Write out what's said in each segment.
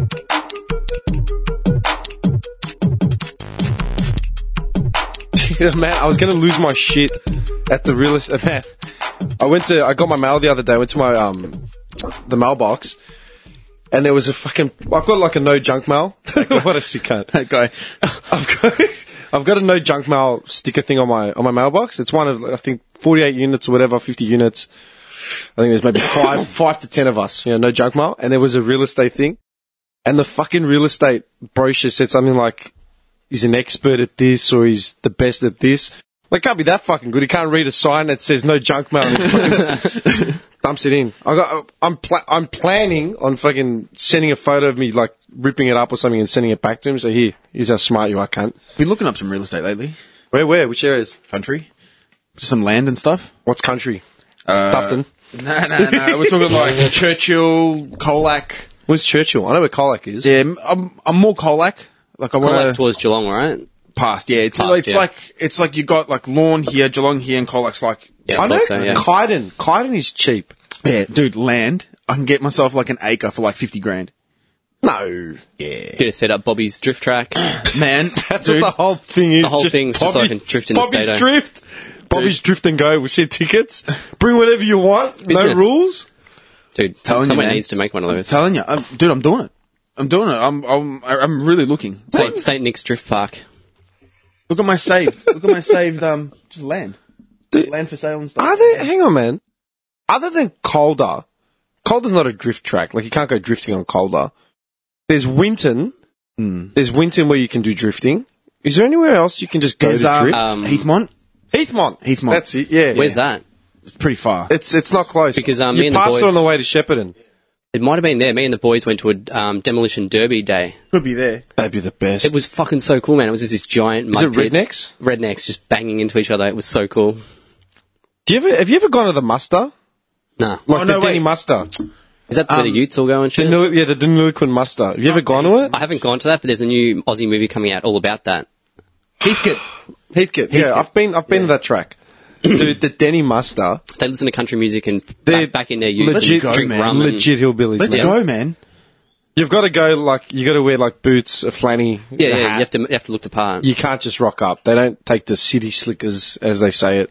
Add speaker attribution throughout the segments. Speaker 1: Yeah, man, I was gonna lose my shit at the real estate. Man, I went to I got my mail the other day. I went to my um the mailbox, and there was a fucking. I've got like a no junk mail. what a sick cunt.
Speaker 2: That guy.
Speaker 1: I've got I've got a no junk mail sticker thing on my on my mailbox. It's one of I think forty eight units or whatever, fifty units. I think there's maybe five five to ten of us. You know, no junk mail. And there was a real estate thing, and the fucking real estate brochure said something like, "He's an expert at this," or "He's the best at this." Like, can't be that fucking good. He can't read a sign that says no junk mail. He fucking Dumps it in. I got. I'm. Pl- I'm planning on fucking sending a photo of me like ripping it up or something and sending it back to him. So here, here's how smart you are, cunt.
Speaker 2: Been looking up some real estate lately.
Speaker 1: Where, where? Which areas?
Speaker 2: Country. Just some land and stuff.
Speaker 1: What's country? Uh, Dufton.
Speaker 2: No, no, no. We're talking like Churchill, Colac.
Speaker 1: Where's Churchill? I know where Colac is.
Speaker 2: Yeah, m- I'm, I'm more Colac. Like I
Speaker 3: Colac
Speaker 1: Uh,
Speaker 2: want to
Speaker 3: towards Geelong, right?
Speaker 2: past. Yeah, it's,
Speaker 3: Past,
Speaker 2: like- it's
Speaker 3: yeah.
Speaker 2: like it's like you got like lawn here, Geelong here, and Colac's like
Speaker 3: Yeah,
Speaker 1: I know
Speaker 3: thought so, yeah.
Speaker 1: Kyden. Kyden is cheap.
Speaker 2: yeah, dude, land. I can get myself like an acre for like fifty grand.
Speaker 1: No,
Speaker 3: Gonna set up Bobby's drift track.
Speaker 2: Man,
Speaker 1: that's
Speaker 2: dude,
Speaker 1: what the whole thing is.
Speaker 3: The whole thing's just so I can drift in the
Speaker 1: Bobby's
Speaker 3: state, eh?
Speaker 1: drift. Bobby's drift and go. We see tickets. Bring whatever you want. No
Speaker 3: Business.
Speaker 1: rules.
Speaker 3: Dude,
Speaker 2: Telling you,
Speaker 3: someone
Speaker 2: man.
Speaker 3: needs to make one of those.
Speaker 2: telling you, I'm, dude, I'm doing it. I'm doing it. I'm I'm I'm really looking.
Speaker 3: St. St. Nick's Drift Park.
Speaker 2: Look at my saved. Look at my saved. Um, just land, land for sale and stuff.
Speaker 1: Are there? Hang on, man. Other than Calder, Calder's not a drift track. Like you can't go drifting on Calder. There's Winton.
Speaker 3: Hmm.
Speaker 1: There's Winton where you can do drifting. Is there anywhere else you can just go
Speaker 2: There's,
Speaker 1: to
Speaker 2: uh,
Speaker 1: drift?
Speaker 3: Um,
Speaker 2: Heathmont.
Speaker 1: Heathmont.
Speaker 2: Heathmont.
Speaker 1: That's it. Yeah.
Speaker 3: Where's that?
Speaker 2: It's pretty far.
Speaker 1: It's it's not close
Speaker 3: Because, um,
Speaker 1: you
Speaker 3: me and the
Speaker 1: passed it
Speaker 3: boys-
Speaker 1: on the way to Shepparton.
Speaker 3: It might have been there. Me and the boys went to a um, demolition derby day.
Speaker 2: could be there.
Speaker 1: That'd be the best.
Speaker 3: It was fucking so cool, man. It was just this giant
Speaker 1: Is
Speaker 3: mud
Speaker 1: it
Speaker 3: pit.
Speaker 1: rednecks?
Speaker 3: Rednecks just banging into each other. It was so cool.
Speaker 1: Do you ever have you ever gone to the muster?
Speaker 3: Nah.
Speaker 1: Like
Speaker 2: Oh,
Speaker 1: the
Speaker 2: no,
Speaker 1: Denny
Speaker 2: wait.
Speaker 1: muster?
Speaker 3: Is that
Speaker 1: um,
Speaker 3: where the Utes all go and shit?
Speaker 1: Denil- yeah, the Deniliquin muster. Have you ever gone to it?
Speaker 3: I haven't gone to that, but there's a new Aussie movie coming out all about that.
Speaker 2: Heathcote.
Speaker 1: Heathcote. Yeah, I've been I've been to that track. Dude, the Denny muster.
Speaker 3: They listen to country music and
Speaker 1: They're
Speaker 3: back, back in their ute
Speaker 1: legit
Speaker 3: and
Speaker 2: go,
Speaker 3: drink
Speaker 2: man.
Speaker 3: rum. and-
Speaker 1: Legit hillbillies.
Speaker 2: Let's
Speaker 1: man.
Speaker 2: go, man.
Speaker 1: You've got to go like you got to wear like boots, a flanny.
Speaker 3: yeah,
Speaker 1: a
Speaker 3: yeah.
Speaker 1: hat.
Speaker 3: You have to you have to look the part.
Speaker 1: You can't just rock up. They don't take the city slickers as they say it.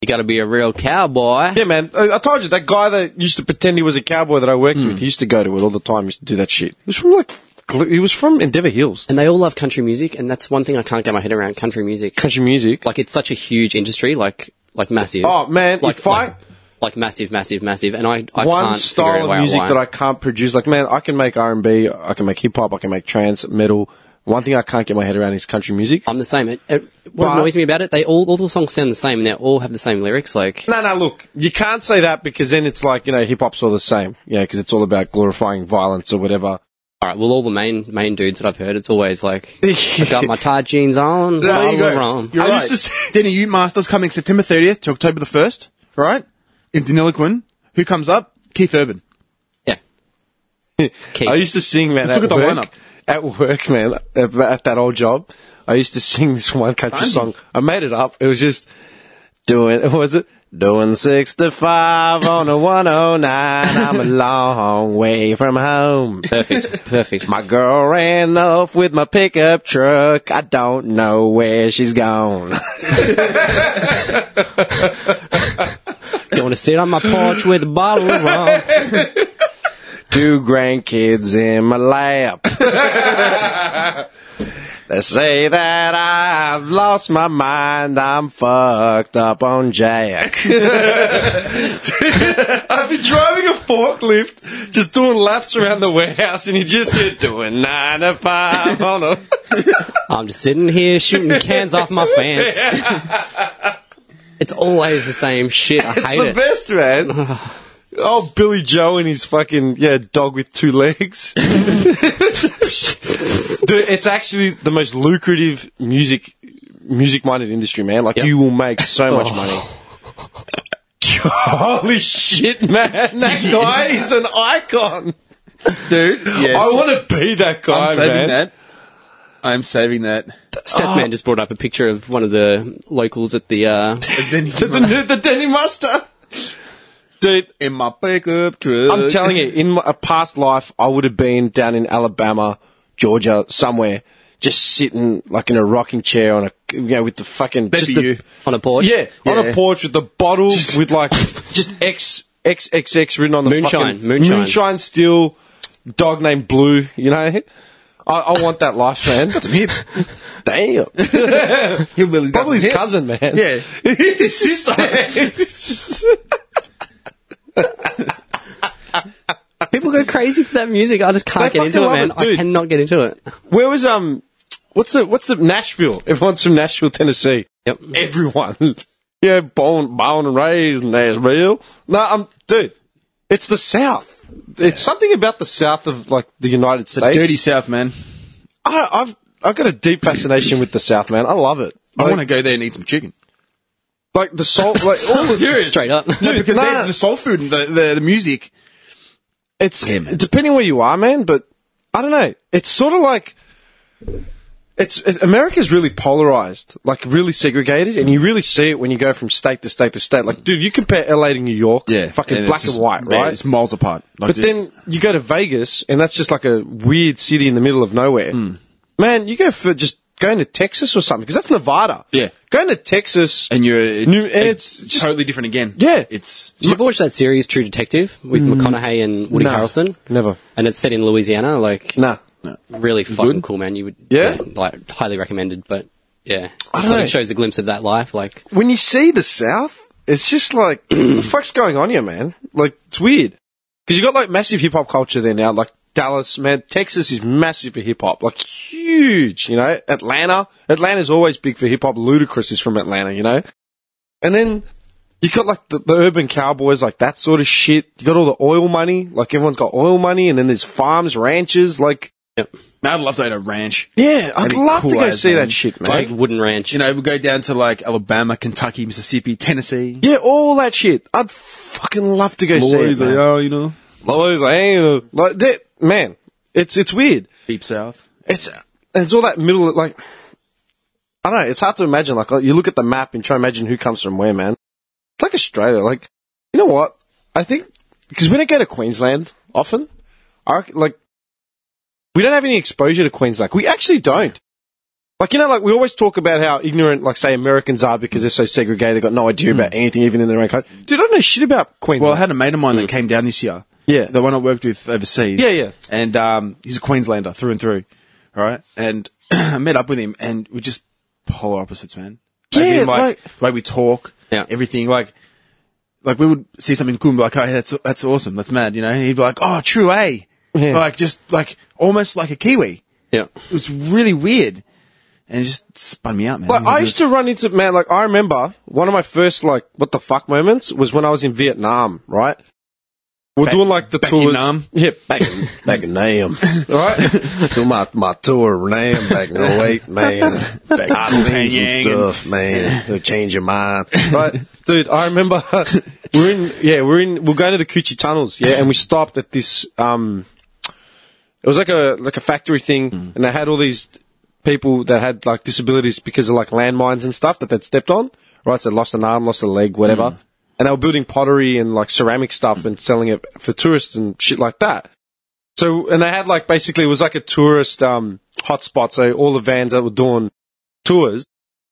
Speaker 3: You got to be a real cowboy.
Speaker 1: Yeah, man. I, I told you that guy that used to pretend he was a cowboy that I worked
Speaker 3: Hmm.
Speaker 1: with. He used to go to it all the time. He used to do that shit. He was from like Gl- he was from Endeavour Hills.
Speaker 3: And they all love country music, and that's one thing I can't get my head around country music.
Speaker 1: Country music.
Speaker 3: Like it's such a huge industry, like like massive.
Speaker 1: oh man,
Speaker 3: like,
Speaker 1: if I
Speaker 3: like, like massive, massive, massive. And I, I
Speaker 1: one
Speaker 3: can't figure
Speaker 1: style of
Speaker 3: out
Speaker 1: music
Speaker 3: why.
Speaker 1: that I can't produce. Like, man, I can make R and B, I can make hip hop, I can make trance, metal. One thing I can't get my head around is country music.
Speaker 3: I'm the same. It, it, what
Speaker 1: But-
Speaker 3: annoys me about it, they all all the songs sound the same, and they all have the same lyrics. Like
Speaker 1: No, no, look, you can't say that because then it's like you know, hip hop's all the same. Yeah, because it's all about glorifying violence or whatever.
Speaker 3: all right, well, all the main main dudes that I've heard, it's always like I got my tight jeans on,
Speaker 2: There
Speaker 3: blah,
Speaker 2: you
Speaker 3: blah,
Speaker 2: go.
Speaker 3: wrong.
Speaker 2: You're
Speaker 1: I
Speaker 2: right.
Speaker 1: used to say-
Speaker 2: Dinner Ute Masters coming September 30th to October the 1st, right? In Deniliquin. Who comes up? Keith Urban.
Speaker 3: Yeah. Keith.
Speaker 1: I used to sing, man.
Speaker 2: Let's
Speaker 1: at
Speaker 2: look at the
Speaker 1: work, At work, man, at, at that old job, I used to sing this one country
Speaker 2: Fine.
Speaker 1: song. I made it up. It was just doing. What was it? Doing six to five on a one oh nine. I'm a long way from home.
Speaker 3: perfect, perfect.
Speaker 1: My girl ran off with my pickup truck. I don't know where she's gone.
Speaker 3: you want to sit on my porch with a bottle of rum?
Speaker 1: Two grandkids in my lap. they say that I've lost my mind. I'm fucked up on Jack. I've been driving a forklift, just doing laps around the warehouse, and you just hear doing nine to five on a.
Speaker 3: I'm just sitting here shooting cans off my fence. it's always the same shit. I
Speaker 1: It's
Speaker 3: hate
Speaker 1: the
Speaker 3: it.
Speaker 1: best, man. Oh, Billy Joe and his fucking yeah dog with two legs. Dude, it's actually the most lucrative music music minded industry, man. Like you will make so much money. Holy shit, man! That guy is an icon, dude. I want to be that guy,
Speaker 2: I'm saving
Speaker 1: man.
Speaker 2: that. I'm saving that.
Speaker 1: Ah.
Speaker 3: Statsman just brought up a picture of one of the locals at the. Uh,
Speaker 1: The, the, the Denny Muster, dude.
Speaker 2: in my pickup truck.
Speaker 1: I'm telling you, in my- a past life, I would have been down in Alabama, Georgia, somewhere, just sitting like in a rocking chair on a you know, with the fucking
Speaker 2: That'd
Speaker 1: just
Speaker 2: be
Speaker 1: the-
Speaker 2: you.
Speaker 3: on a porch.
Speaker 1: Yeah, on
Speaker 2: Yeah.
Speaker 1: a porch with the bottle with like just X X X X written on the
Speaker 3: Moonshine,
Speaker 1: fucking-
Speaker 3: moonshine.
Speaker 1: moonshine still dog named Blue. You know, I, I want that life, man. Damn,
Speaker 2: Hillbilly's got
Speaker 1: probably his
Speaker 2: some hits.
Speaker 1: cousin, man.
Speaker 2: Yeah.
Speaker 1: it's his sister.
Speaker 3: People go crazy for that music. I just can't
Speaker 1: They
Speaker 3: get into it,
Speaker 1: fucking
Speaker 3: man.
Speaker 1: love it,
Speaker 3: I
Speaker 1: dude.
Speaker 3: cannot get into it.
Speaker 1: Where was um? What's the what's the Nashville? Everyone's from Nashville, Tennessee.
Speaker 3: Yep.
Speaker 1: Everyone. Yeah, born born and raised in Nashville. No, I'm dude. It's the South. It's something about the South of like the United States.
Speaker 2: Dirty South, man.
Speaker 1: I, I've I've got a deep fascination with the South, man. I love it.
Speaker 2: I
Speaker 1: Like,
Speaker 2: want to go there and eat some chicken.
Speaker 1: like the salt, like all the
Speaker 3: Straight up.
Speaker 1: Dude,
Speaker 2: Because
Speaker 1: nah,
Speaker 2: they- the soul food and the, the, the music.
Speaker 1: it's
Speaker 2: Yeah, man.
Speaker 1: depending where you are, man. But I don't know. It's sort of like it's it, America's really polarized, like really segregated, and you really see it when you go from state to state to state. Like, dude, you compare LA to New York, fucking
Speaker 2: it's
Speaker 1: black
Speaker 2: just-
Speaker 1: and white,
Speaker 2: man,
Speaker 1: right?
Speaker 2: It's miles apart. Like
Speaker 1: But
Speaker 2: just-
Speaker 1: then you go to Vegas, and that's just like a weird city in the middle of nowhere.
Speaker 2: Hmm.
Speaker 1: Man, you go for just going to Texas or something because that's Nevada.
Speaker 2: Yeah.
Speaker 1: going to Texas
Speaker 2: and you're it's,
Speaker 1: New- and it's just-
Speaker 2: totally different again.
Speaker 1: Yeah.
Speaker 2: it's
Speaker 3: Did you ever watch that series, True Detective, with McConaughey and Woody
Speaker 1: No.
Speaker 3: Harrelson?
Speaker 1: Mm. Never.
Speaker 3: And it's set in Louisiana. Like,
Speaker 1: Nah.
Speaker 3: really fucking cool, man. You would,
Speaker 1: Yeah?
Speaker 3: like highly recommended. But yeah,
Speaker 1: I
Speaker 3: It's
Speaker 1: don't
Speaker 3: like,
Speaker 1: know.
Speaker 3: it shows a glimpse of that life. Like,
Speaker 1: When you see the South, it's just like, what the fuck's going on here, man? Like, it's weird. Because you got like massive hip hop culture there now. Like Dallas, man, Texas is massive for hip hop. Like, huge, you know? Atlanta. Atlanta's always big for hip hop. Ludacris is from Atlanta, you know? And then you got like the, the urban cowboys, like that sort of shit. You got all the oil money. Like, everyone's got oil money. And then there's farms, ranches. Like,
Speaker 2: man, I'd love to own a ranch.
Speaker 1: yeah, I'd
Speaker 2: That'd be
Speaker 1: love
Speaker 2: cool
Speaker 1: to go
Speaker 2: as,
Speaker 1: see
Speaker 2: man.
Speaker 1: that shit, man.
Speaker 3: like Wooden Ranch.
Speaker 2: You know, we go down to like Alabama, Kentucky, Mississippi, Tennessee.
Speaker 1: Yeah, all that shit. I'd fucking love to go see it. Man.
Speaker 2: Louisiana, you know,
Speaker 1: Louisiana. Like that, man. It's it's weird.
Speaker 2: deep south.
Speaker 1: It's it's all that middle like I don't know, it's hard to imagine. Like uh, you look at the map and try to imagine who comes from where, man. It's like Australia. Like you know what? I think because we don't go to Queensland often. I reckon, like we don't have any exposure to Queensland. We actually don't. Like you know, like we always talk about how ignorant, like say Americans are because they're so segregated, got no idea about anything, even in their own country. Dude, I don't know shit about Queensland.
Speaker 2: Well, I had a mate of mine that came down this year.
Speaker 1: Yeah.
Speaker 2: the one I worked with overseas.
Speaker 1: Mm. Yeah, yeah.
Speaker 2: And um, he's a Queenslander through and through. All right, and I met up with him, and we're just polar opposites, man. As
Speaker 1: Yeah,
Speaker 2: in, like,
Speaker 1: like-
Speaker 2: the way we talk,
Speaker 3: Yeah.
Speaker 2: everything, like. Like we would see something cool and be like, "Hey, that's that's awesome, that's mad," you know. And he'd be like, "Oh, true, eh?"
Speaker 1: Yeah.
Speaker 2: Like just like almost like a Kiwi.
Speaker 3: yeah.
Speaker 2: It was really weird, and it just spun me out, man.
Speaker 1: Like, I used to run into man. Like I remember one of my first like what the fuck moments was when I was in Vietnam. Right, we're
Speaker 2: Back-
Speaker 1: doing like the
Speaker 2: back in
Speaker 1: tours.
Speaker 2: Nam?
Speaker 1: Yeah, back in, back in Nam. right, do my my tour of Nam back in 08, man. Back
Speaker 2: Penang and-
Speaker 1: man. It'll change your mind. Right, dude. I remember we're in. Yeah, we're in. We're going to the Coochie Tunnels. Yeah, and we stopped at this. um it was like a like a factory thing, and they had all these people that had like disabilities because of like landmines and stuff that they'd stepped on. Right, so they lost an arm, lost a leg, whatever. And they were building pottery and like ceramic stuff and selling it for tourists and shit like that. So, and they had like basically it was like a tourist um, hotspot. So all the vans that were doing tours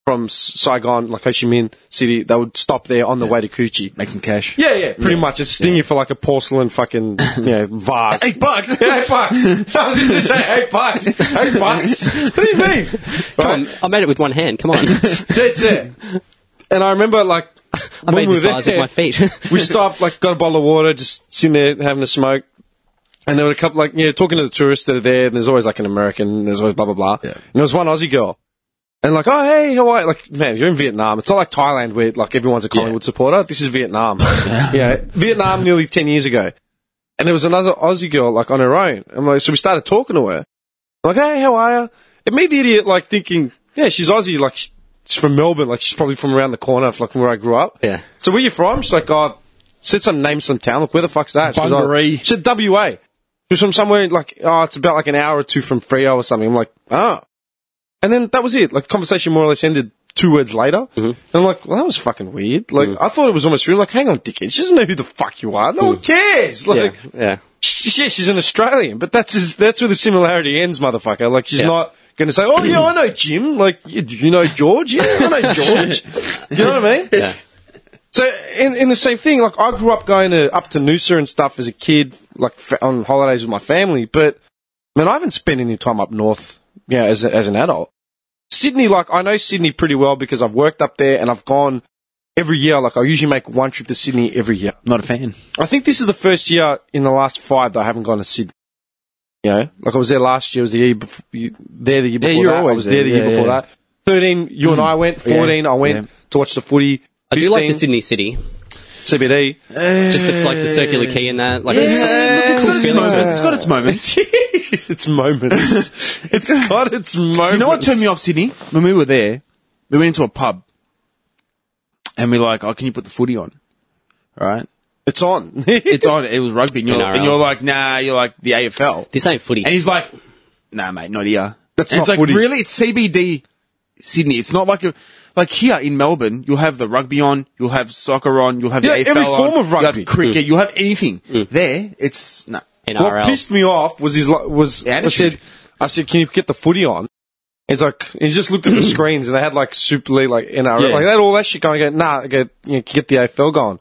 Speaker 1: from S- Saigon, like Ho Chi Minh City, they would stop there on the way to Coochie.
Speaker 2: make some cash.
Speaker 1: Yeah, yeah, pretty much. It's stinging for like a porcelain fucking you know, vase.
Speaker 2: Eight bucks.
Speaker 1: Yeah, eight bucks. I was just saying eight bucks. Eight bucks. What do you mean?
Speaker 3: Come
Speaker 1: Right?
Speaker 3: on, I made it with one hand. Come on.
Speaker 1: That's it. And I remember like
Speaker 3: I
Speaker 1: when
Speaker 3: made
Speaker 1: we
Speaker 3: this
Speaker 1: were
Speaker 3: vase with
Speaker 1: there,
Speaker 3: my feet.
Speaker 1: we stopped, like got a bottle of water, just sitting there having a smoke. And there were a couple, like, you know, talking to the tourists that are there, and there's always like an American, and there's always blah, blah, blah.
Speaker 2: Yeah.
Speaker 1: And there was one Aussie girl. And like, oh, hey, how are you? Like, man, you're in Vietnam. It's not like Thailand where, like, everyone's a Collingwood supporter. This is Vietnam. yeah. Vietnam nearly 10 years ago. And there was another Aussie girl, like, on her own. And like, so we started talking to her. I'm like, hey, how are you? It made the idiot, like, thinking, yeah, she's Aussie, like, sh- she's from Melbourne, like, she's probably from around the corner, from, like, where I grew up.
Speaker 3: Yeah.
Speaker 1: So where you from? She's like, oh, said some name, some town. Like, where the fuck's that? She was like-
Speaker 2: Bunbury.
Speaker 1: She said WA. She was from somewhere, like, oh, it's about, like, an hour or two from Frio or something. I'm like, oh. And then that was it. Like, conversation more or less ended two words later.
Speaker 3: Mm-hmm.
Speaker 1: And I'm like, well, that was fucking weird. Like,
Speaker 3: Mm.
Speaker 1: I thought it was almost real. Like, hang on, dickhead. She doesn't know who the fuck you are. No one cares.
Speaker 3: yeah,
Speaker 1: Like,
Speaker 3: yeah.
Speaker 1: She's, yeah, she's an Australian, but that's his, that's where the similarity ends, motherfucker. Like she's
Speaker 3: Yeah.
Speaker 1: not going to say, "Oh yeah, I know Jim. Like you, you know George. Yeah, I know George. you know what I mean?"
Speaker 3: Yeah.
Speaker 1: So in in the same thing, like I grew up going to up to Noosa and stuff as a kid, like fa- on holidays with my family. But man, I haven't spent any time up north. Yeah, as a, as an adult, Sydney. Like I know Sydney pretty well because I've worked up there and I've gone every year. Like I usually make one trip to Sydney every year.
Speaker 2: Not a fan.
Speaker 1: I think this is the first year in the last five that I haven't gone to Sydney. You know, like I was there last year. Was the year before, you, there the year before
Speaker 2: you're
Speaker 1: that.
Speaker 2: always
Speaker 1: I was
Speaker 2: there.
Speaker 1: there, the year
Speaker 2: Yeah,
Speaker 1: before
Speaker 2: yeah.
Speaker 1: that. Thirteen, you and I went. Fourteen, I went to watch the footy.
Speaker 3: I do like the
Speaker 1: 15,
Speaker 3: Sydney City.
Speaker 1: CBD.
Speaker 3: Just the, like the circular key and that. Like,
Speaker 2: It's got its
Speaker 3: feeling to
Speaker 2: moments.
Speaker 3: it.
Speaker 2: It's got its moments.
Speaker 1: it's moments. it's got its moments.
Speaker 2: You know what turned me off Sydney? When we were there, we went into a pub, and we're like, "Oh, can you put the footy on?" Right?
Speaker 1: It's on.
Speaker 2: It's on. It was rugby, and you're,
Speaker 3: NRL.
Speaker 2: and you're like, "Nah," you're like the AFL,
Speaker 3: This ain't footy.
Speaker 2: and he's like, "Nah, mate, not here."
Speaker 1: That's
Speaker 2: and
Speaker 1: not
Speaker 2: it's like,
Speaker 1: footy.
Speaker 2: Really, it's CBD Sydney. It's not like a like here in Melbourne. You'll have the rugby on. You'll have soccer on. You'll have the
Speaker 1: Yeah,
Speaker 2: AFL
Speaker 1: every
Speaker 2: on,
Speaker 1: form of
Speaker 2: You'll
Speaker 1: rugby. Mm.
Speaker 2: have cricket. You'll have anything. There, it's nah.
Speaker 1: What
Speaker 3: NRL.
Speaker 1: pissed me off was his li- was I
Speaker 2: Attitude.
Speaker 1: said I said can you get the footy on? He's like he just looked at the screens and they had like Super League like NRL
Speaker 3: Yeah.
Speaker 1: like they had all that shit going. I go nah, I go you know, get the AFL going,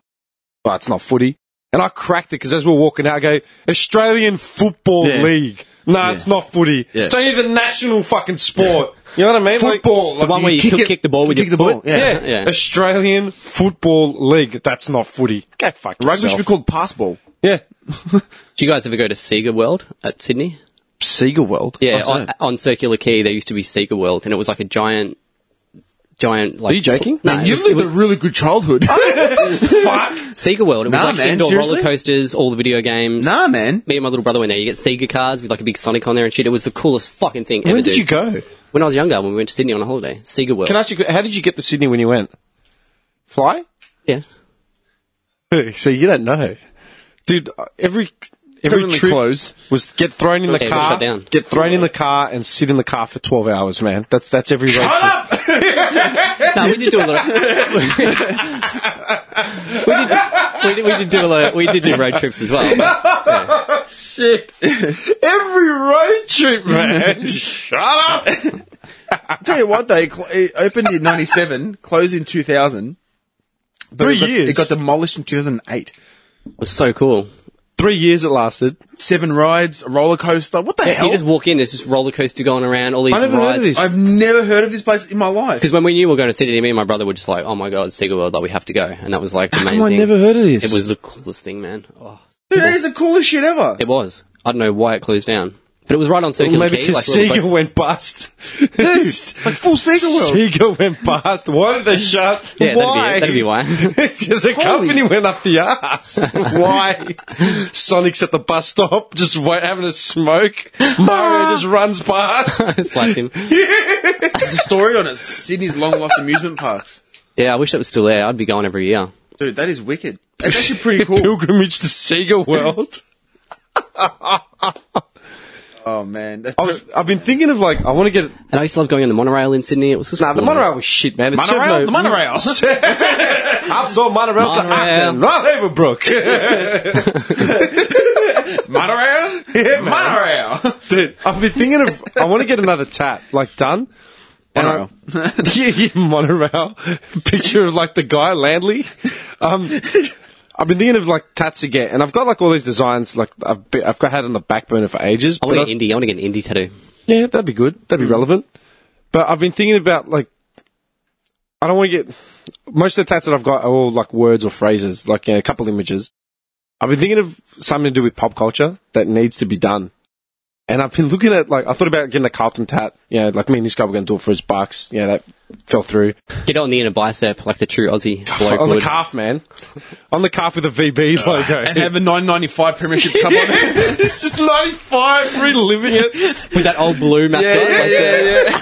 Speaker 1: but it's not footy. And I cracked it because as we we're walking out, I go Australian Football
Speaker 2: Yeah.
Speaker 1: League. Nah, it's not footy.
Speaker 2: Yeah.
Speaker 1: It's only the national fucking sport. You know what I mean? Like-
Speaker 2: Football,
Speaker 3: The one where you kick,
Speaker 2: it-
Speaker 3: kick the ball with
Speaker 2: kick the
Speaker 3: your foot.
Speaker 2: ball,
Speaker 1: yeah.
Speaker 3: Yeah.
Speaker 1: Australian Football League. That's not footy. Go fuck
Speaker 2: Rugby
Speaker 1: yourself.
Speaker 2: should be called pass ball.
Speaker 1: yeah.
Speaker 3: Do you guys ever go to Sega World at Sydney?
Speaker 1: Sega World.
Speaker 3: Yeah,
Speaker 2: What's
Speaker 3: on,
Speaker 2: that?
Speaker 3: on Circular Quay there used to be Sega World, and it was like a giant, giant. Like,
Speaker 1: Are you joking?
Speaker 3: No,
Speaker 1: Man,
Speaker 3: it
Speaker 2: You've
Speaker 3: was, it
Speaker 2: lived
Speaker 3: was
Speaker 2: a really good childhood.
Speaker 1: Fuck.
Speaker 3: Sega World. It was
Speaker 2: Nah,
Speaker 3: like
Speaker 2: man,
Speaker 3: indoor
Speaker 2: seriously?
Speaker 3: roller coasters, all the video games.
Speaker 2: nah, man.
Speaker 3: Me and my little brother went there. You get Sega cards with like a big Sonic on there and shit. It was the coolest fucking thing ever.
Speaker 1: When did
Speaker 3: dude.
Speaker 1: you go?
Speaker 3: When I was younger, when we went to Sydney on a holiday, Sega World.
Speaker 1: Can I ask you, how did you get to Sydney when you went? Fly?
Speaker 3: yeah.
Speaker 1: So you don't know, dude. uh, Every every
Speaker 2: Permanently
Speaker 1: trip
Speaker 2: closed.
Speaker 1: was get thrown in the
Speaker 3: Okay,
Speaker 1: car,
Speaker 3: shut down.
Speaker 1: get thrown in the car, and sit in the car for twelve hours, man. That's that's every race. Shut up!
Speaker 3: No, we did do a lot. Of, we, did, we did. We did do a lot. We did do road trips as well. but-
Speaker 1: Shit! every road trip, man. Shut up!
Speaker 2: I tell you what, they cl- it opened in '97, closed in 2000. but
Speaker 1: Three
Speaker 2: it got,
Speaker 1: years.
Speaker 2: It got demolished in 2008.
Speaker 3: It was so cool.
Speaker 1: Three years it lasted.
Speaker 2: Seven rides, a roller coaster. What the hell?
Speaker 3: You just walk in. There's just roller coaster going around. All these
Speaker 1: I never heard of
Speaker 3: rides.
Speaker 1: this.
Speaker 2: I've never heard of this place in my life.
Speaker 3: Because when we knew we were going to Sydney, me and my brother were just like, "Oh my god, Sega World! Like we have to go." And that was like the main
Speaker 1: I
Speaker 3: thing.
Speaker 1: never heard of this.
Speaker 3: It was the coolest thing, man. Oh,
Speaker 2: Dude, that is the coolest shit ever.
Speaker 3: it was. I don't know why it closed down, but it was right on Circular
Speaker 1: maybe
Speaker 3: Quay.
Speaker 1: because
Speaker 3: Like,
Speaker 1: Sega
Speaker 3: we were both-
Speaker 1: went bust.
Speaker 2: Dude, like full Sega world.
Speaker 1: Sega went bust. Why did they shut?
Speaker 3: yeah,
Speaker 1: why?
Speaker 3: that'd be it. That'd be why.
Speaker 1: It's just the company went up the ass. Why? Sonic's at the bus stop, just wait, having a smoke. Mario just runs past.
Speaker 3: Slaps him.
Speaker 2: There's a story on it. Sydney's long lost amusement parks.
Speaker 3: Yeah, I wish it was still there. I'd be going every year.
Speaker 2: Dude, that is wicked. That's actually pretty cool.
Speaker 1: Pilgrimage to Sega World.
Speaker 2: Oh man, that's
Speaker 1: I was, I've been thinking of like, I want to get.
Speaker 3: And I used to love going on the monorail in Sydney. It was just
Speaker 1: Nah, the
Speaker 3: cool.
Speaker 1: monorail was shit, man. It served
Speaker 2: monorail.
Speaker 1: no-
Speaker 2: the monorail.
Speaker 1: I saw monorail to
Speaker 3: Monorail.
Speaker 1: Acton, right over Brook.
Speaker 2: monorail. Yeah, monorail.
Speaker 1: Dude, I've been thinking of. I want to get another tat, like done. And I- yeah, yeah, monorail. Picture of like the guy Landley. Um, I've been thinking of like tats again, and I've got like all these designs like I've be, I've got had on the back burner for ages.
Speaker 3: I
Speaker 1: but
Speaker 3: want
Speaker 1: I-
Speaker 3: to get indie. I want to get an indie tattoo.
Speaker 1: yeah, that'd be good. That'd be relevant. But I've been thinking about like I don't want to get most of the tats that I've got are all like words or phrases, like you know, a couple images. I've been thinking of something to do with pop culture that needs to be done. And I've been looking at like I thought about getting a Carlton tat, you know, like me and this guy were gonna do it for his bucks, yeah, that fell through.
Speaker 3: Get it on the inner bicep, like the true Aussie bloke
Speaker 1: on the
Speaker 3: would.
Speaker 1: calf, man. On the calf with a VB logo.
Speaker 2: And have a 995 premiership cup on it.
Speaker 1: it's just no fire, reliving it.
Speaker 3: With that old blue mascot. like the-
Speaker 1: uh,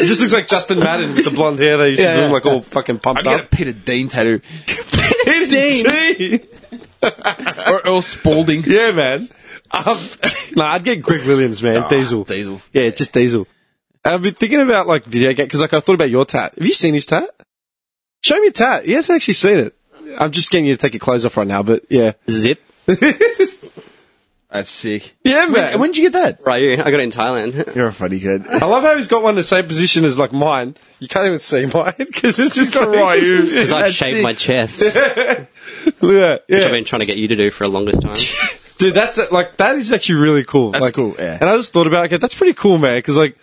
Speaker 1: It just looks like Justin Madden with the blonde hair they used
Speaker 3: Yeah,
Speaker 1: to do,
Speaker 3: yeah.
Speaker 1: like all fucking pumped
Speaker 2: I'm gonna
Speaker 1: up.
Speaker 2: get a Peter Dean tattoo
Speaker 1: It's Dean.
Speaker 2: or Earl Spalding.
Speaker 1: Yeah, man. Um, nah, I'd get Greg Williams, man. Diesel.
Speaker 2: Diesel.
Speaker 1: Yeah, just Diesel. And I've been thinking about like video game because like I thought about your tat. Have you seen his tat? Show me your tat. He hasn't actually seen it. I'm just getting you to take your clothes off right now, but yeah.
Speaker 3: Zip.
Speaker 2: That's sick.
Speaker 1: Yeah,
Speaker 2: When,
Speaker 1: man.
Speaker 2: when did you get that?
Speaker 3: Right, yeah, I got it in Thailand.
Speaker 2: You're a funny kid.
Speaker 1: I love how he's got one in the same position as like mine. You can't even see mine because it's just like,
Speaker 2: right, you-
Speaker 1: Look
Speaker 3: Because I
Speaker 2: That's
Speaker 3: shaved
Speaker 2: sick.
Speaker 3: my chest, which
Speaker 1: at that, yeah.
Speaker 3: I've been trying to get you to do for the longest time.
Speaker 1: Dude, that's uh, like that is actually really cool.
Speaker 2: That's
Speaker 1: Like,
Speaker 2: cool, yeah.
Speaker 1: And I just thought about it, okay, that's pretty cool, man, because like